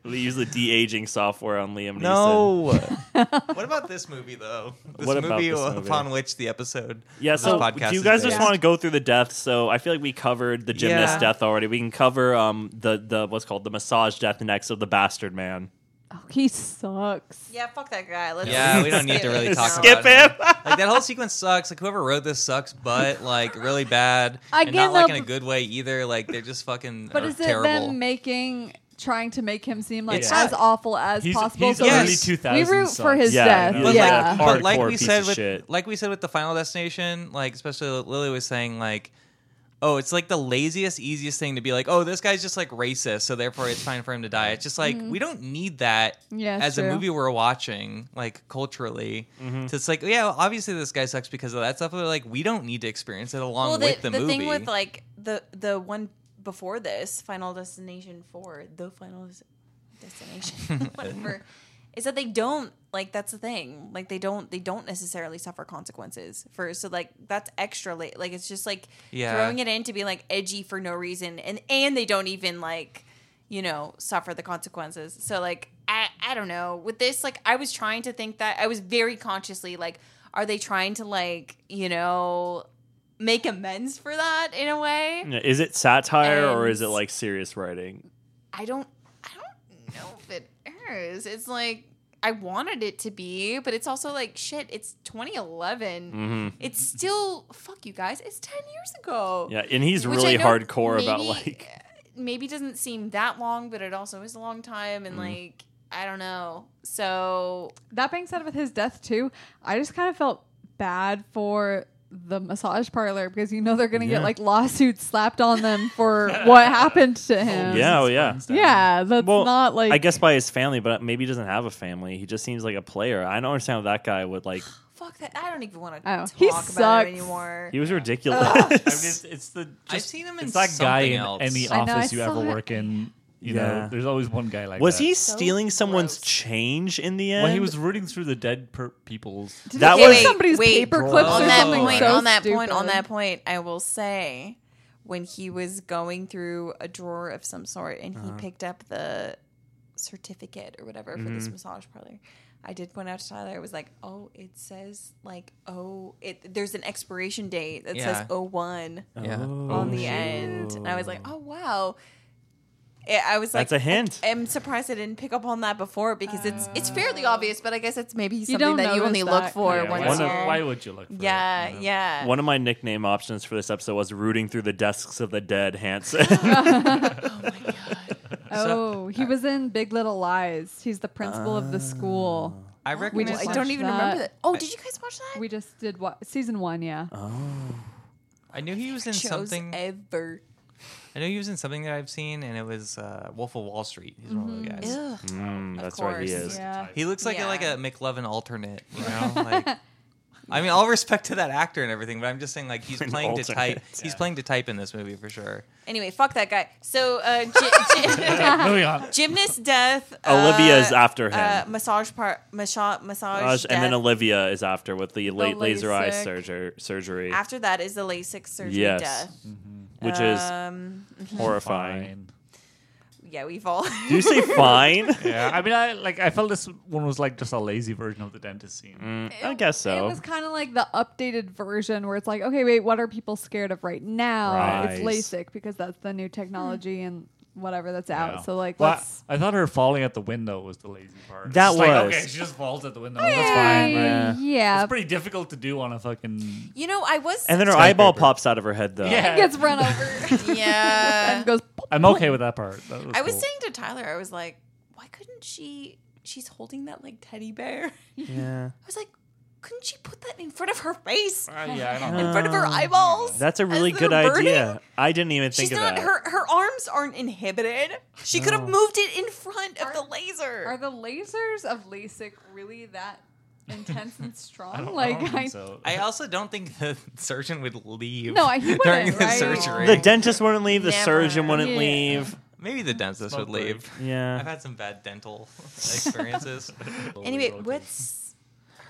They use the de aging software on Liam Neeson.
No. what about this movie though? This
What about
movie
this movie?
upon which the episode
Yeah,
of
so
this podcast
do you
is
guys just
based.
want to go through the death? So I feel like we covered the gymnast
Yeah.
death already. We can cover um the the what's called the massage death next of the bastard man.
Oh, he sucks.
Yeah, fuck that guy. Let's
Yeah, we don't need to really talk
Skip
about
Skip him.
like that whole sequence sucks. Like whoever wrote this sucks, but like really bad,
I
and not
give
like
up-
in a good way either. Like they're just fucking
But
are
is it
terrible.
them making trying to make him seem like
It's-
as awful as
He's-
possible?
he's
so we-
early
we
2000s
root for
sucks.
his
Yeah,
death.
he
Yeah,
was
like-
Yeah.
but like
Hardcore
we
piece
said
of
with
shit.
like we said with the Final Destination, like especially what Lily was saying, like oh, it's like the laziest, easiest thing to be like, oh, this guy's just like racist, so therefore it's fine for him to die. It's just
Mm-hmm.
like we don't need that
Yeah, it's
as
true.
a movie we're watching, like culturally.
Mm-hmm.
So it's like yeah, obviously this guy sucks because of that stuff, but like we don't need to experience it along
Well, the,
with the,
the,
movie.
thing with like the the one before this, Final Destination Four, the Final Des- Destination, whatever, is that they don't like that's the thing. Like they don't they don't necessarily suffer consequences for so like that's extra late. Like it's just like
Yeah.
throwing it in to be like edgy for no reason, and and they don't even like you know suffer the consequences. So like I I don't know with this like I was trying to think that I was very consciously like. Are they trying to like you know make amends for that in a way.
Yeah, Is it satire or
And-
is it like serious writing?
I don't I don't know if it is. It's like I wanted it to be, but it's also like shit, it's 2011.
Mm. Mm-hmm.
It's still fuck you guys. It's 10 years ago.
Yeah, and he's
Which I
really
know
hardcore about
maybe- uh,
like
maybe doesn't seem that long, but it also is a long time
Mm.
and like I don't know. So
That being said, with his death too, I just kind of felt bad for the massage parlor because you know they're gonna
Yeah.
get like lawsuits slapped on them for what happened to him.
yeah, oh yeah.
Friends down.
yeah, that's
Well,
not like
I guess by his family, but maybe he doesn't have a family. He just seems like a player. I don't understand how that guy would like.
fuck that. I don't even want to
Oh,
talk
he
about
sucks.
it anymore.
He was ridiculous.
I mean, it's, it's the
I've
just-
seen him in
it's that guy
something
in
else.
any
I know, I
office you ever
saw it.
work in. You
Yeah.
know, there's always one guy like
was
that.
he
So
stealing someone's
gross.
change in the end?
Well, he was rooting through the dead per- people's.
Did
that
he get
was-
somebody's
wait,
paper
wait.
clips
Oh,
on
or
that
something
point,
so
on that
stupid.
point, on that point, I will say when he was going through a drawer of some sort and
Uh-huh.
he picked up the certificate or whatever for
Mm-hmm.
this massage parlor. I did point out to Tyler, I was like, "Oh, it says like oh, it there's an expiration date that
Yeah.
says 01
yeah.
Oh.
on the end." And I was like, "Oh wow." I- I was
That's
like,
a hint.
I, am surprised I didn't pick up on that before because it's it's fairly obvious, but I guess it's maybe something
Uh. don't
that you
notice
only
that.
look for
Yeah,
Yeah,
once
why,
you're.
would- why would you look? For
Yeah,
it,
yeah.
One of my nickname options for this episode was rooting through the desks of the dead Hanson.
Oh, he was in Big Little Lies. He's the principal of the school.
I
We
recognize
just
I
watched
don't even
that.
remember that. Oh, did you guys watch that?
We just did wa- season one, yeah.
I knew he was in
Chose
something
ever.
I know he was in something that I've seen, and it was uh, Wolf of Wall Street. He's one
Mm-hmm.
of the guys.
Ugh.
Mm, that's right, he
course.
is.
yeah.
He looks like a,
Yeah.
like a McLovin alternate, you know. Like, I mean, all respect to that actor and everything, but I'm just saying, like, he's
An
playing to type.
alternate.
He's playing to type in this movie for sure.
Anyway, fuck that guy. So, uh, gy-
Yeah. Moving on.
gy- gymnast death.
Olivia is
uh,
after him.
Uh, massage part. Massage. Massage.
Raj- and then
death.
Olivia is after with the, late laser eye
LASIK.
surger- surgery,
after that is the LASIK surgery
Yes.
death.
which
Um,
is horrifying.
yeah, we've all.
Do you say fine?
Yeah, I mean, I like. I felt this one was like just a lazy version of the dentist scene.
Mm.
I guess
It
so.
was kind of like the updated version where it's like, okay, wait, what are people scared of right now? It's
Right.
LASIK because that's the new technology and whatever that's
Hmm. Yeah.
out. So like,
Well,
let's
I thought her falling at the window was the lazy part. It's
That
just like,
was.
okay. She just falls at the window. That's fine.
Hey,
but
yeah.
yeah.
uh, It's pretty difficult to do on a fucking.
You know, I was.
and then her
Skyscraper.
eyeball pops out of her head, though.
Yeah.
gets run over
yeah.
and goes.
I'm okay with that part. That
I was
cool.
saying to Tyler, I was like, why couldn't she? She's holding that like teddy bear.
Yeah.
I was like, couldn't she put that in front of her face?
Uh, yeah, I don't
In
know.
front of her eyeballs.
That's a
as
really good
they're burning?
idea. I didn't even think
She's
of
not
that.
her her arms aren't inhibited. She could have moved it in front of the laser.
Are the lasers of LASIK really that intense and strong?
I don't,
like,
I don't think so.
I also don't think the surgeon would leave.
No, he
during
wouldn't,
the
right?
surgery.
the dentist wouldn't leave. The
Never.
surgeon wouldn't
Yeah.
leave.
Maybe the dentist
Smoke
would leave. I've
Yeah.
had some bad dental experiences.
Anyway, what's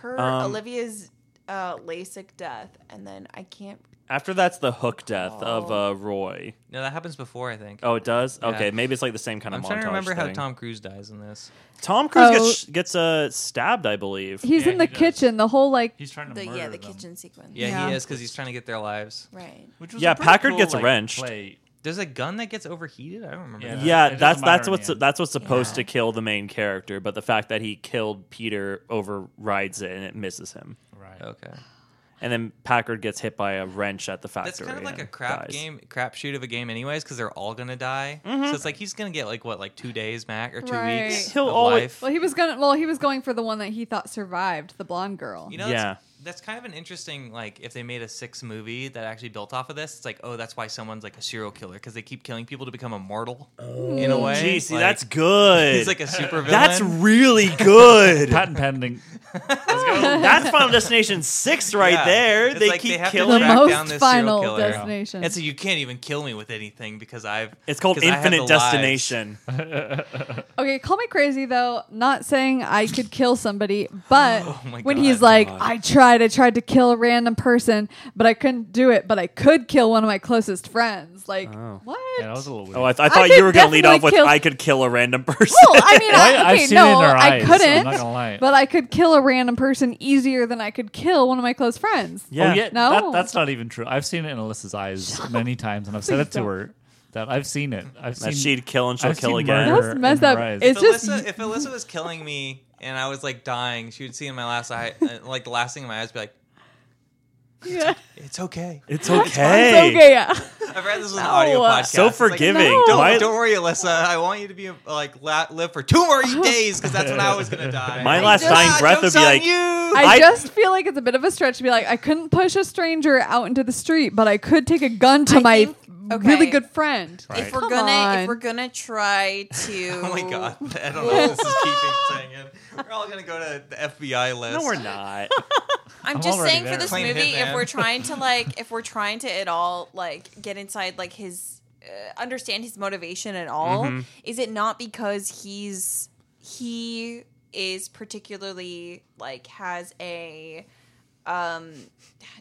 her
Um,
Olivia's uh, LASIK death, and then I can't.
After that's the hook death of uh, Roy.
no, that happens before, I think.
Oh, it does.
Oh. Yeah.
Okay, maybe it's like the same kind
I'm
of.
trying to
montage
remember how
thing.
Tom Cruise dies in this.
Tom Cruise
Oh.
gets gets uh, stabbed, I believe.
He's
Yeah,
in the
he does.
kitchen the whole like
He's trying to
The
murder
yeah, the
them.
kitchen sequence.
Yeah, he
Yeah.
is because he's trying to get their lives.
Right.
Which was
Yeah,
a pretty
Packard
cool,
gets
like,
wrenched.
play.
There's a gun that gets overheated. I don't remember.
Yeah.
that.
Yeah, it
yeah,
doesn't
that's
matter
that's
in the
what's
end.
that's what's supposed
Yeah.
to kill the main character, but the fact that he killed Peter overrides it and it misses him.
Right.
Okay.
And then Packard gets hit by a wrench at the factory.
That's kind of like a
and
crap
dies. Mm-hmm.
game, crap shoot of a game, anyways, because they're all gonna die. So it's like he's gonna get like what, like two days max or two
Right.
weeks.
He'll
of
always-
life.
well he was gonna well he was going for the one that he thought survived the blonde girl.
You know,
Yeah.
that's, that's kind of an interesting like if they made a six movie that actually built off of this, it's like, oh, that's why someone's like a serial killer because they keep killing people to become immortal in a way.
Oh. Gee, see,
Like,
that's good.
he's like a super villain.
that's really good.
Patent pending.
that's Final Destination Six right
Yeah.
there.
It's
they
like they
keep
have to
the
killing.
track
most
down this serial
final
killer.
destination.
and so you can't even kill me with anything because I've
It's called
'cause I have
Infinite
the lives.
Destination.
Okay, call me crazy though. Not saying I could kill somebody, but
Oh my
when
God.
he's like, I tried, I tried to kill a random person, but I couldn't do it, but I could kill one of my closest friends. Like, what?
Oh. Yeah, that was a little weird.
Oh, I, th- I thought you
could
were going to lead
definitely
off with
kill-
"I could kill a random person."
well, I mean,
Well,
I,
I- I've
okay,
seen it in
no,
her
I
eyes, so I'm
couldn't,
not gonna lie.
but I could kill a random person easier than I could kill one of my close friends.
yeah.
Yeah.
Oh, yeah
No.
that, that's not even true. I've seen it in Alyssa's eyes many times, and I've said it to her that I've seen it. I've seen
That she'd kill and she'll
I've
kill
seen
again.
murder.
That's messed
in her
up.
eyes.
If
It's just
Alyssa, if Alyssa was killing me and I was like dying, she would see in my last eye, uh, like the last thing in my eyes, be like,
yeah.
"It's okay."
It's
It's
okay.
okay. Yeah.
I've read this was an
No.
audio podcast.
So
It's like,
forgiving.
no.
don't,
My,
don't worry, Alyssa. I want you to be like la- live for two more days because that's when I was gonna die.
My
Like,
last
"Ah,
dying breath
jokes
would be
on
like-
you.
I,
I-
just feel like it's a bit of a stretch to be like, I couldn't push a stranger out into the street, but I could take a gun to
I
my
think- okay.
really good friend.
If we're
Come
gonna,
on.
if we're gonna try to,
Oh my god! I don't know. if This is keeping saying it. We're all gonna go to the FBI list.
no, we're not.
I'm,
I'm
just
already
saying
there.
for this
Plain
movie,
hitman.
if we're trying to like, if we're trying to at all like get inside like his, uh, understand his motivation at all, is it not because he's he is particularly like has a, um,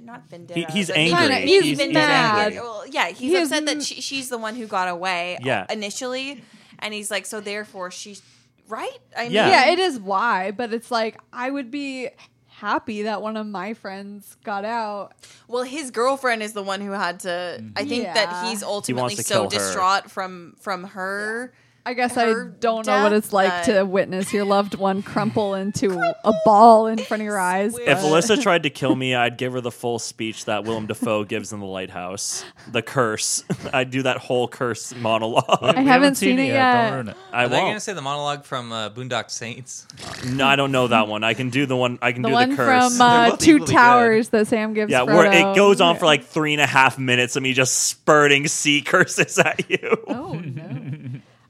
not vendetta.
He- he's
but
angry.
Kinda, he's He's- he's mad. angry.
Well, yeah, he's
He is
upset
m-
that she, she's the one who got away.
Yeah.
initially, and he's like, so therefore she's right. I mean,
Yeah.
Yeah, it is why, but it's like I would be happy that one of my friends got out.
Well, his girlfriend is the one who had to. I think that
Yeah.
he's ultimately
to
so
kill her.
distraught from from her.
I guess
Her
I don't know what
death,
it's like to
but-
witness your loved one crumple into a ball in front of your eyes.
Swear.
If
but-
Alyssa tried to kill me, I'd give her the full speech that Willem Dafoe gives in The Lighthouse, the curse. I'd do that whole curse monologue.
I
We
haven't seen it yet.
Don't ruin it.
I
Are they gonna
won't.
say the monologue from uh, Boondock Saints?
No, I don't know that one. I can do the one. I can
the
do
one
the curse.
from uh,
both
Two
equally good.
Towers that Sam gives.
yeah, where
Frodo.
it goes on
Yeah.
for like three and a half minutes of me just spurting sea curses at you.
Oh no.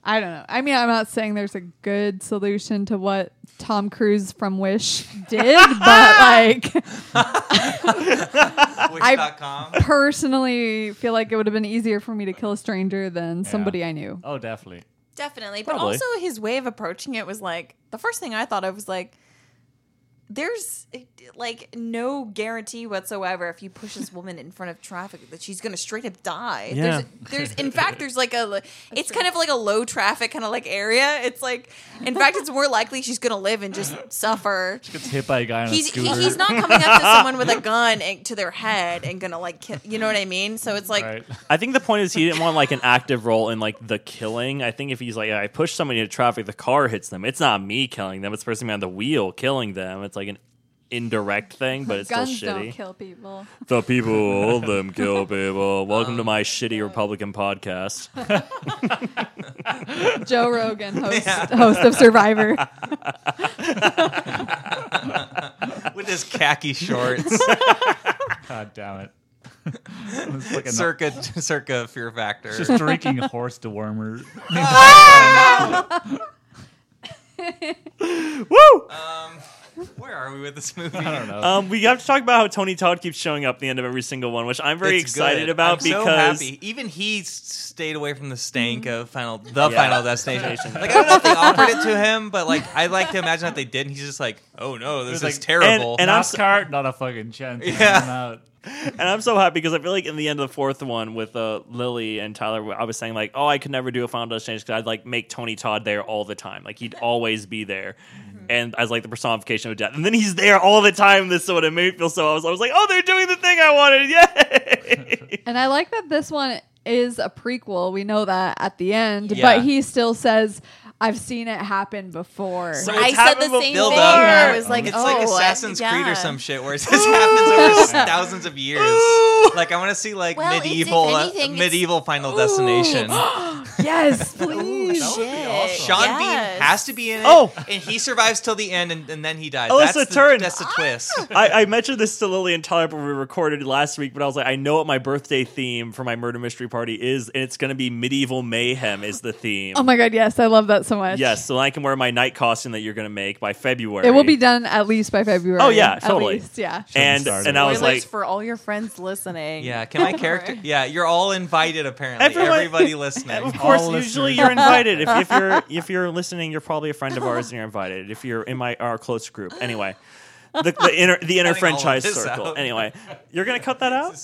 I don't know. I mean, I'm not saying there's a good solution to what Tom Cruise from Wish did, but like
Wish.com.
personally feel like it would have been easier for me to kill a stranger than somebody I knew.
Oh, definitely.
Definitely, but
Probably.
also his way of approaching it was like the first thing I thought of was like, there's like no guarantee whatsoever if you push this woman in front of traffic that she's gonna straight up die.
Yeah.
There's, there's in fact there's like a it's kind of like a low traffic kind of like area. It's like in fact it's more likely she's gonna live and just suffer.
Gets hit by a guy on a
he's he,
scooter.
he's not coming up to someone with a gun and, to their head and gonna like kill, you know what I mean. So it's like
Right.
I think the point is he didn't want like an active role in like the killing. I think if he's like I push somebody into traffic, the car hits them. It's not me killing them. It's the person behind the wheel killing them. It's like an indirect thing, but it's
Guns
still
don't
shitty.
kill people.
The people, all them kill people. Welcome to my shitty Republican podcast.
Joe Rogan, host, host of Survivor.
with his khaki shorts,
God damn it. it's like a
circa circa Fear Factor.
just drinking horse dewormer.
Ah!
Woo!
Um, Where are we with this movie?
I don't know.
Um, we have to talk about how Tony Todd keeps showing up at the end of every single one, which I'm very
It's
excited
good. I'm
about
so
because
happy. even he s- stayed away from the stank of final the
Yeah.
final destination. like I don't know if they offered it to him, but like I like to imagine that they did. And he's just like, oh no, this is
It was like-
terrible.
and I'm s-
NASCAR, not a fucking chance.
Yeah.
I'm out.
and I'm so happy because I feel like in the end of the fourth one with uh, Lily and Tyler, I was saying like, oh, I could never do a Final Destination because I'd like make Tony Todd there all the time, like he'd always be there,
Mm-hmm.
and as like the personification of death. And then he's there all the time. This is what it made me feel so. I was, I was like, oh, they're doing the thing I wanted, yay!
And I like that this one is a prequel. We know that at the end,
Yeah.
but he still says, "I've seen it happen before."
So it's
I said the
happened
same thing.
build up.
I was like,
it's
oh,
like
I-
Assassin's Creed
yeah.
or some shit, where it just happens over s- thousands of years. Like I want to see like
Well, it's- if
medieval uh,
anything, it's-
medieval Final Destination.
yes, please.
That would be
Shit.
awesome.
Sean
Yes.
Bean has to be in it.
Oh.
and he survives till the end, and, and then he dies.
Oh, it's
that's
a
the,
turn.
That's the twist.
I, I mentioned this to Lily and Tyler when we recorded last week, but I was like, I know what my birthday theme for my murder mystery party is, and it's going to be medieval mayhem is the theme.
Oh my god, yes, I love that so much.
Yes, so I can wear my night costume that you're going to make by February.
It will be done at least by February.
Oh, yeah,
at
totally.
least, yeah.
And
Shouldn't start
and
it.
I was
Spoilers
like,
for all your friends listening.
Yeah, can my character? Yeah, you're all invited. Apparently,
Everyone-
everybody listening.
of course,
All
usually
listeners.
you're invited. If, if you're if you're listening, you're probably a friend of ours and you're invited. If you're in my our close group, anyway, the, the inner the
Cutting all
inner
of
franchise
this
circle.
out.
Anyway, you're going to cut that out.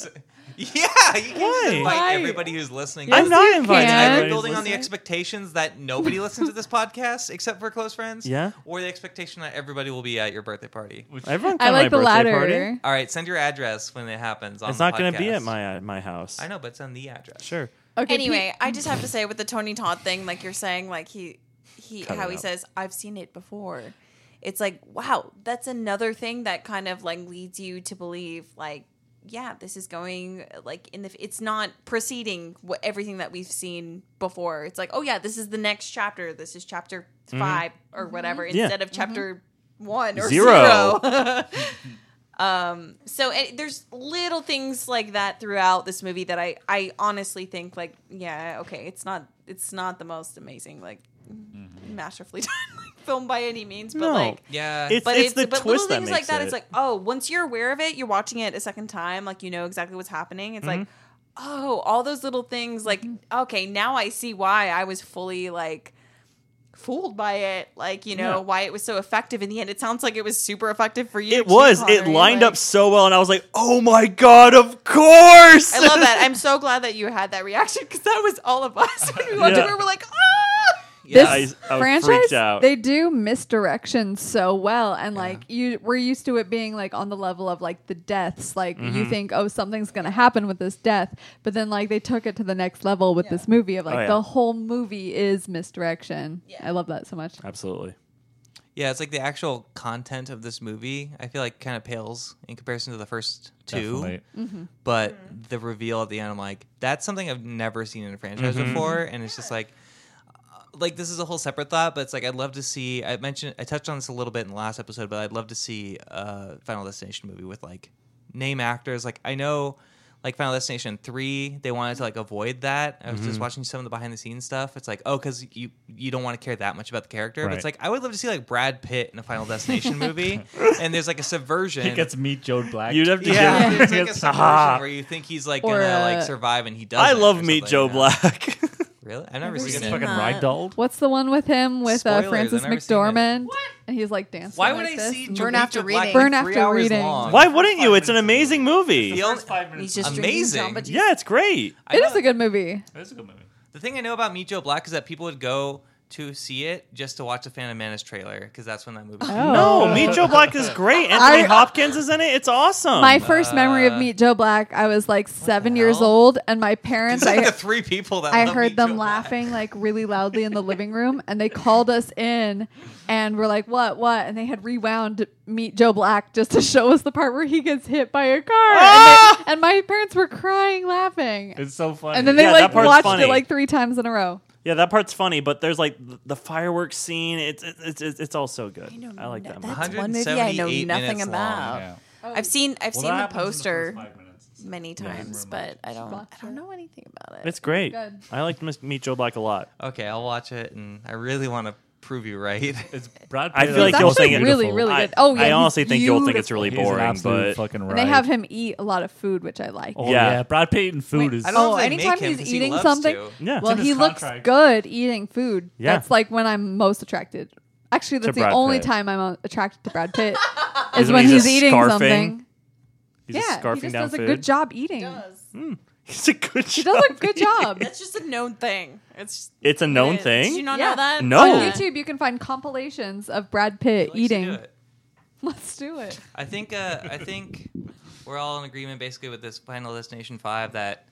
Yeah, you can
Why?
just invite
Why?
everybody who's listening.
I'm not
you
invited.
can.
Either
Everybody's
building on the
listening.
expectations that nobody listens to this podcast except for close friends.
Yeah.
Or the expectation that everybody will be at your birthday party.
Everyone come
I
to my
like the
birthday
latter.
party.
All right, send your address when it happens. On
It's
the
not going to be
podcast.
at my uh, my house.
I know, but send the address.
Sure.
Okay.
Anyway, I just have to say with the Tony Todd thing, like you're saying, like he he
Cut
how
it
he
out.
says, I've seen it before. It's like, wow, that's another thing that kind of like leads you to believe like yeah, this is going like in the. f- It's not preceding what everything that we've seen before. It's like, oh yeah, this is the next chapter. This is chapter five or whatever
Mm-hmm. Yeah.
instead of chapter one or
Zero.
zero. um, so and there's little things like that throughout this movie that I I honestly think like yeah okay it's not it's not the most amazing like masterfully done like, film by any means but
Mm-hmm. No.
like
Yeah.
It's
but
it's
it's,
the
but
twist
little things
that makes
like that.
it.
It's like oh, once you're aware of it, you're watching it a second time, like you know exactly what's happening. It's like
Mm-hmm.
oh, all those little things. Like okay, now I see why I was fully like fooled by it. Like you know
Yeah.
why it was so effective in the end. It sounds like it was super effective for you.
it
too,
was. It
Connery,
lined
like-
up so well, and I was like, "Oh my god! Of course!"
I love that. I'm so glad that you had that reaction because that was all of us when we watched
Yeah.
it. We were like, ah.
yeah.
I-
this
I was freaked
franchise,
out.
they do misdirection so well, and like you, we're used to it being like on the level of like the deaths. Like
Mm-hmm.
you think, oh, something's gonna happen with this death, but then like they took it to the next level with this movie of like
Oh, yeah.
the whole movie is misdirection.
Yeah.
I love that so much.
Absolutely.
yeah, it's like the actual content of this movie, I feel like kind of pales in comparison to the first two.
Definitely.
but the reveal at the end, I'm like, that's something I've never seen in a franchise
Mm-hmm.
before, and it's just like, uh, like this is a whole separate thought, but it's like I'd love to see. I mentioned I touched on this a little bit in the last episode, but I'd love to see a Final Destination movie with like name actors. Like I know, like Final Destination three, they wanted to like avoid that. I was
Mm-hmm.
just watching some of the behind the scenes stuff. It's like oh, because you you don't want to care that much about the character, but it's
Right.
like I would love to see like Brad Pitt in a Final Destination movie, and there's like a subversion.
He gets to meet Joe Black.
You'd have to
Yeah,
give-
it's like a
It's-
subversion where you think he's like
Or,
gonna like
uh,
survive and he doesn't.
ah. I love
or
Meet
something,
Joe
you know?
Black.
Really, I've never
Never
seen
seen
it.
fucking
that.
ragdolled.
What's the one with him with uh,
Spoilers,
Francis
I've never seen it.
McDormand? And he's like dancing.
Why would
like
I
this?
see Joe
Burn
Meet
after
Joe Black
reading.
for
Burn
three
after
hours
reading.
long?
Why wouldn't you? It's an amazing movie.
The only-
He's just
Amazing.
Drinking Jamba Juice.
Yeah, it's great.
I
It is
know-
a good movie.
That's a good movie.
The thing I know about Meet Joe Black is that people would go to see it just to watch the Phantom Menace trailer because that's when that movie. came out.
No,
Oh.
Meet Joe Black is great. Anthony Hopkins is in it. It's awesome.
My first memory of Meet Joe Black, I was like seven years
hell?
old, and my
It's
parents,
like
I,
the three people that
I
love
heard
Meet
them
Joe Black.
laughing like really loudly in the living room, and they called us in and were like, "What, what?" And they had rewound Meet Joe Black just to show us the part where he gets hit by a car, And they-
Ah!
and, my parents were crying laughing.
It's so funny.
and then they
Yeah, that
like
part's
watched
funny.
it like three times in a row.
yeah, that part's funny, but there's like th- the fireworks scene. It's it's it's, it's all so good.
don't
I, like
know.
that. Oh.
That's
movie.
one movie I know
178
nothing
minutes long.
about.
Yeah.
I've seen I've
Well,
seen
that
the
happens in first
poster
five minutes.
many times, but I don't I don't know anything about it.
It's great.
Good.
I like to Meet Joe Black a lot.
Okay, I'll watch it, and I really want to prove you right.
It's Brad Pitt.
I feel like
It's
you'll
actually
think it-
really, really
I-
good. Oh, yeah,
I
he's
honestly think you'll think it's
beautiful.
really
He's an
boring,
absolute
but
fucking
And
right.
they have him eat a lot of food, which I like.
Oh,
Yeah.
yeah. Brad Pitt and food
Wait,
is.
I don't know
Oh,
if they make
anytime
him
he's
'cause he
eating
loves
something-
to.
yeah,
well,
in his
he looks
contract.
good eating food.
Yeah.
That's like when I'm most attracted. Actually, that's the
Brad
only
Pitt.
time I'm uh, attracted to Brad Pitt
Is
is
it when
when
he's
he's,
just
eating
scarfing?
something.
he's
yeah,
just scarfing
he just
down
does
food.
a good job eating.
It's a good
He does a good
Oh.
job.
That's just a known thing. It's just,
It's a known
it-
thing.
Did you not
Yeah.
know that?
No.
On
Oh.
YouTube, you can find compilations of Brad Pitt
He likes to do
eating.
it.
Let's do it.
I think uh, I think we're all in agreement basically with this Final Destination Five that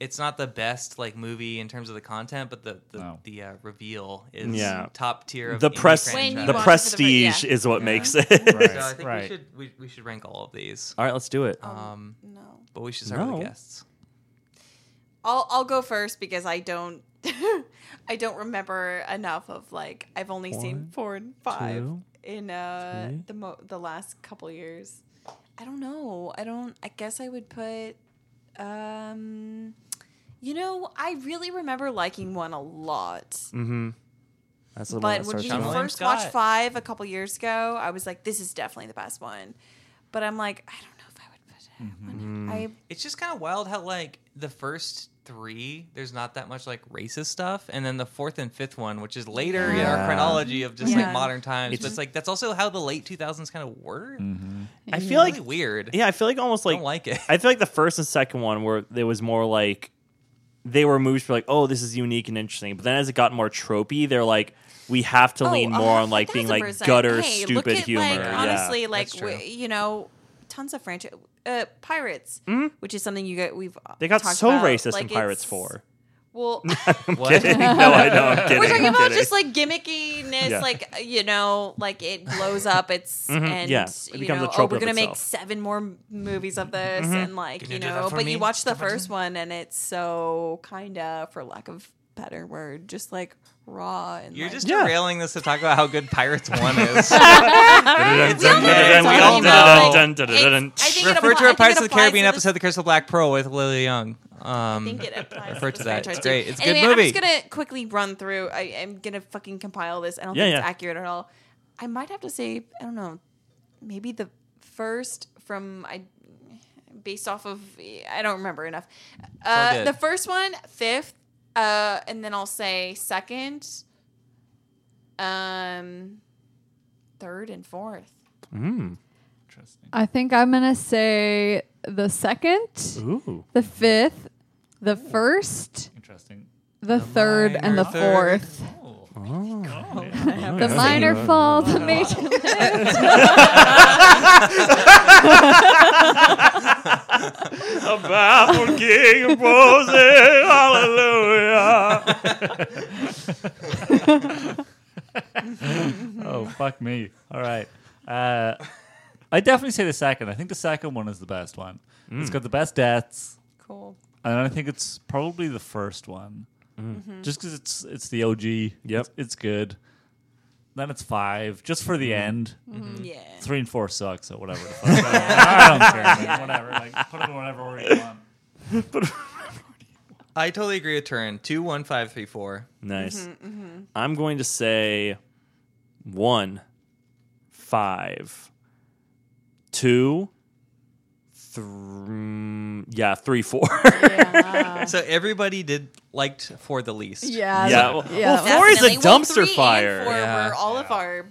it's not the best like movie in terms of the content, but the the,
No.
the uh, reveal is
Yeah.
top tier. Of
the
indie
press,
When you
franchise.
the
watch
prestige
the- yeah.
is what makes it.
So I think we
Right.
should we, we should rank all of these.
All right, let's do it.
Uh,
Um,
No.
but we should start with
No.
the guests.
I'll I'll go first because I don't I don't remember enough of like I've only seen
One,
four and five
two,
in uh
three.
the mo- the last couple years. I don't know. I don't I guess I would put um you know, I really remember liking one a lot.
That's the
But when we
with John
first
William
watched
Scott.
five a couple years ago, I was like, this is definitely the best one. But I'm like, I don't know if I would put it. one I
It's just kind of wild how like the first three there's not that much like racist stuff and then the fourth and fifth one which is later in our
Yeah.
chronology of just
Yeah.
like modern times
It's-
but it's like that's also how the late 2000s kind of were
I feel like,
really weird
yeah, I feel like almost
I
like,
don't like it
I feel like the first and second one where there was more like they were movies for like, oh, this is unique and interesting. But then as it got more tropey, they're like, we have to
Oh,
Mm-hmm. lean more on like being like
1000%.
gutter,
Hey,
stupid
look at,
humor.
Like,
yeah.
honestly, like
That's
w-
true.
you know, tons of franchise uh, pirates, which is something you get. We've uh,
Mm-hmm. they got
talked
so
about.
racist
Like,
in Pirates
it's-
Four.
Well,
What?
Kidding? No, I know. I'm kidding.
we're talking
I'm
about
kidding.
just like gimmickiness,
Yeah. Mm-hmm.
like uh, you know, like it blows up. It's and
yeah. It
you
becomes
know,
a
oh,
trope
we're
of
gonna make
itself. Mm-hmm.
seven more m- movies of this, and like
Can
you
you do that
know,
for
but
me,
you watch the
Jefferson?
first one, and it's so kind of, for lack of better word, just like raw and
You're
like,
just
Yeah.
derailing this to talk about how good Pirates One is.
It's
okay. We all know.
I think it
Refer
appli-
to
I
our
think
Pirates
it
of the
applies
Caribbean
to this-
episode, of The Crystal Black Pearl, with Lily Young. Um,
think it applies
Refer
this
to that.
franchise
It's
too.
great. It's a good
anyway,
movie.
I'm just gonna quickly run through. I am gonna fucking compile this. I don't
Yeah,
think it's
yeah.
accurate at all. I might have to say I don't know. Maybe the first from I, based off of I don't remember enough.
all
Uh,
good.
the first one, fifth, uh, and then I'll say second, um, third and fourth.
Interesting.
I think I'm gonna say the second,
Ooh.
the fifth, the first,
Interesting.
the, third, and the
minor third.
fourth.
Oh.
The minor fall,
Oh.
the major.
A baffled king opposing, hallelujah.
oh fuck me! All right, uh, I definitely say the second. I think the second one is the best one. It's got the best deaths,
Cool.
and I think it's probably the first one,
Mm-hmm.
Mm-hmm.
just because it's it's the OG. Yep, it's good. Then it's five, just for the
Mm-hmm.
end.
Mm-hmm. Yeah.
Three and four sucks, or whatever. The fuck. I don't care. Like, whatever. Like, put it in whatever order you want.
I totally agree with Turin. Two, one, five, three, four.
Nice. I'm going to say one, five, two, three. Yeah, three, four.
Yeah.
So everybody did liked four the least.
Yeah.
yeah. Well,
yeah,
well, four is a
Definitely. Well,
dumpster
three and
fire.
Four
Yeah.
were all of our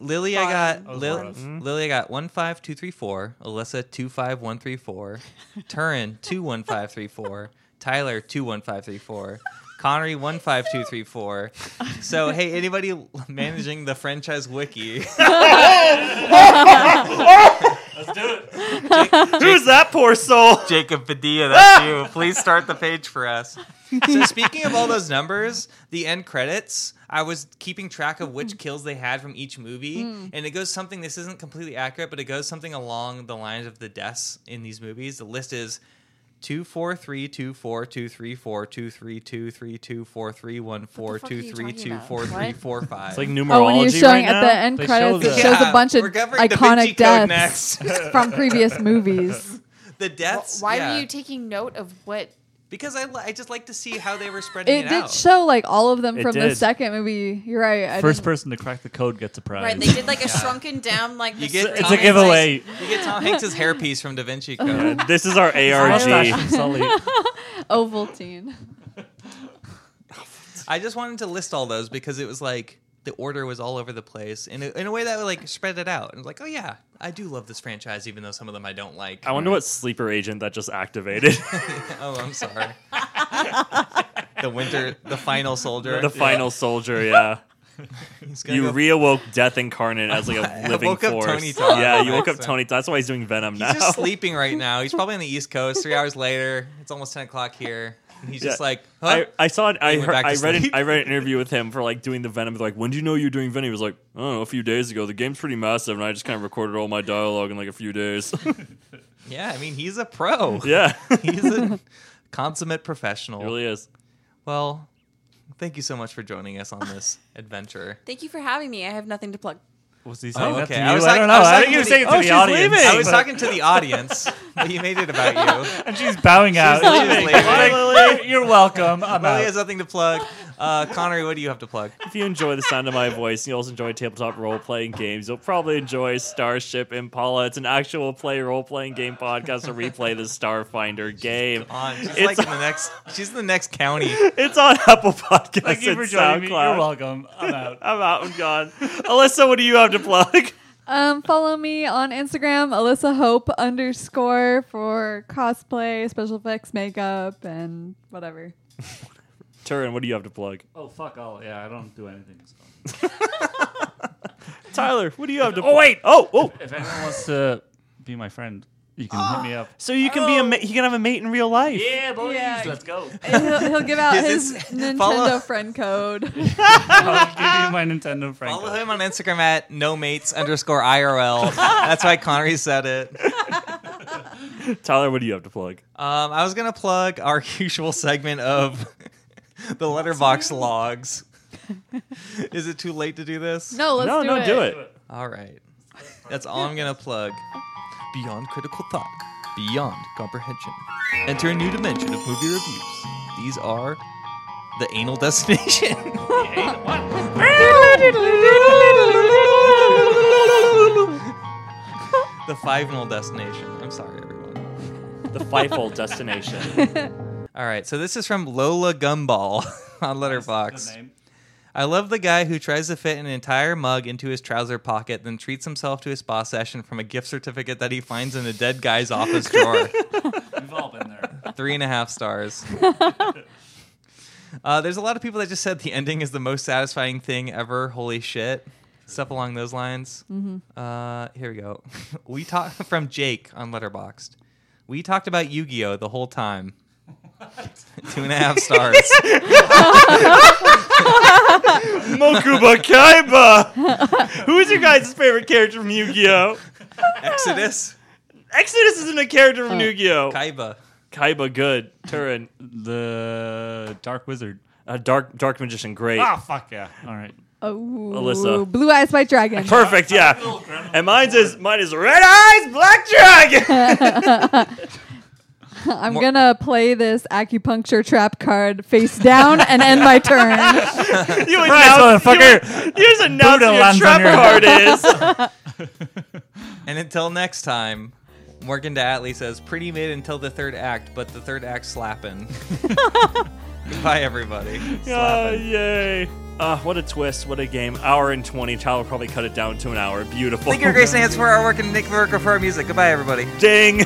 Lily, I got
Those
Lil-
were rough.
Mm-hmm.
Lily, I got one five two three four. Alyssa two five one three four. Turin two one five three four. Tyler two one five three four. Connery one five two three four. So hey, anybody managing the franchise wiki,
Let's do it.
Who's that poor soul?
Jacob Padilla, that's you. Please start the page for us. So speaking of all those numbers, the end credits. I was keeping track of which kills they had from each movie, and it goes something. This isn't completely accurate, but it goes something along the lines of the deaths in these movies. The list is two four three two four two three four two three two three two four three one four
What the fuck are
two
you
three
talking
two
about?
four three
What?
four five.
It's like numerology
Oh, when you're showing
right now.
at the end
They
credits,
show
it
the-
shows a bunch of
We're covering Da Vinci
iconic
Code
deaths
next.
from previous movies.
the deaths.
Why
yeah.
were you taking note of what?
because I, li- I just like to see how they were spreading it,
It did
out.
show like all of them
It
from the
did.
second movie. You're right. I
First
didn't-
person to crack the code gets a prize.
Right, they did like a shrunken down like
You
the
get-
same
It's
it's
Tom
a
is
giveaway.
you get Tom Hanks' hairpiece from Da Vinci Code.
Yeah, this is our
Mustache
ARG.
and Sully.
Ovaltine.
I just wanted to list all those because it was like the order was all over the place in a, in a way that would like spread it out. And like, oh yeah, I do love this franchise, even though some of them I don't like.
I wonder what sleeper agent that just activated.
oh, I'm sorry. the winter, the final soldier.
the final soldier, yeah.
He's gonna
You
go-
reawoke Death Incarnate as like
I
a living
woke up
force.
Tony Todd.
Yeah, you woke up
That's-
Tony Todd. That's why he's doing Venom now.
He's just sleeping right now. He's probably on the East Coast. Three hours later, it's almost ten o'clock here. And he's just
Yeah.
like, huh?
I, I saw it. I,
went
heard,
back to
I read an,
sleep.
I read an interview with him for like doing the Venom. Like, when do you know you're doing Venom? He was like, I don't know, a few days ago. The game's pretty massive, and I just kind of recorded all my dialogue in like a few days.
yeah. I mean, he's a pro.
yeah, it
He's a consummate professional.
really is.
Well, thank you so much for joining us on this adventure.
Thank you for having me. I have nothing to plug.
Was he saying that
Oh, okay.
to you?
I
I,
was
I
like-
don't
I
know.
was
I,
like-
think he was saying it to
Oh,
the
she's
audience.
leaving.
I was talking to the audience, but you made it about you.
and she's bowing out.
leaving.
Like, You're welcome. I'm
Lily
out.
has nothing to plug. Uh, Connery, what do you have to plug?
If you enjoy the sound of my voice, and you also enjoy tabletop role playing games. You'll probably enjoy Starship Impala. It's an actual play role playing game podcast to replay the Starfinder game.
On she's
It's-
like in the next. She's in the next county.
It's on Apple Podcasts.
Thank you
and
for joining me.
SoundCloud.
You're welcome. I'm out.
I'm out. I'm gone. Alyssa, what do you have to plug?
Um, follow me on Instagram, Alyssa Hope underscore for cosplay, special effects, makeup, and whatever.
Turin, what do you have to plug?
Oh fuck all. Yeah, I don't do anything.
Tyler, what do you have to? Oh wait! Oh oh!
If anyone wants to be my friend, you can hit me up.
Ah, So you can be a ma- he can have a mate in real life.
Yeah, boys,
Yeah.
let's go.
And he'll, he'll give out
Is
his
this-
Nintendo
follow-
friend code.
I'll give you my Nintendo friend.
Follow
code.
him on Instagram at no mates underscore IRL. That's why Connery said it.
Tyler, what do you have to plug?
Um, I was gonna plug our usual segment of the letterbox logs. Is it too late to do this?
No, let's
no,
do
no,
it.
do it.
All right. That's all I'm going to plug. Beyond critical thought, beyond comprehension. Enter a new dimension of movie reviews. These are the anal destination. the five null destination. I'm sorry, everyone.
The Fifefold Destination.
All right, so this is from Lola Gumball on Letterboxd.
The name.
I love the guy who tries to fit an entire mug into his trouser pocket, then treats himself to a spa session from a gift certificate that he finds in a dead guy's office drawer.
We've all been there.
Three and a half stars. Uh, there's a lot of people that just said the ending is the most satisfying thing ever. Holy shit. Stuff along those lines. Uh, here we go. we talked from Jake on Letterboxd. We talked about Yu Gi Oh! the whole time. Two and a half stars.
Mokuba Kaiba. Who's your guys' favorite character from Yu-Gi-Oh?
Exodus.
Exodus isn't a character from Yu-Gi-Oh.
Kaiba.
Kaiba, good. Turin,
The Dark Wizard.
uh, dark dark magician, great.
Ah, fuck yeah. All right.
Oh,
Alyssa.
Blue Eyes White Dragon.
Perfect, yeah. And mine's is mine is red eyes, black dragon.
I'm gonna play this acupuncture trap card face down and end my turn.
you
Surprise,
announce- you-
motherfucker.
You just announce
Buddha
who your
lands
trap
on your-
card is.
And until next time, Morgan Datley says, pretty mid until the third act, but the third act slapping. Goodbye, everybody.
Oh, yay. Uh, what a twist. What a game. Hour and 20. Tyler will probably cut it down to an hour. Beautiful.
Thank you, Grace Nance, for our work and Nick Verka for our music. Goodbye, everybody.
Ding.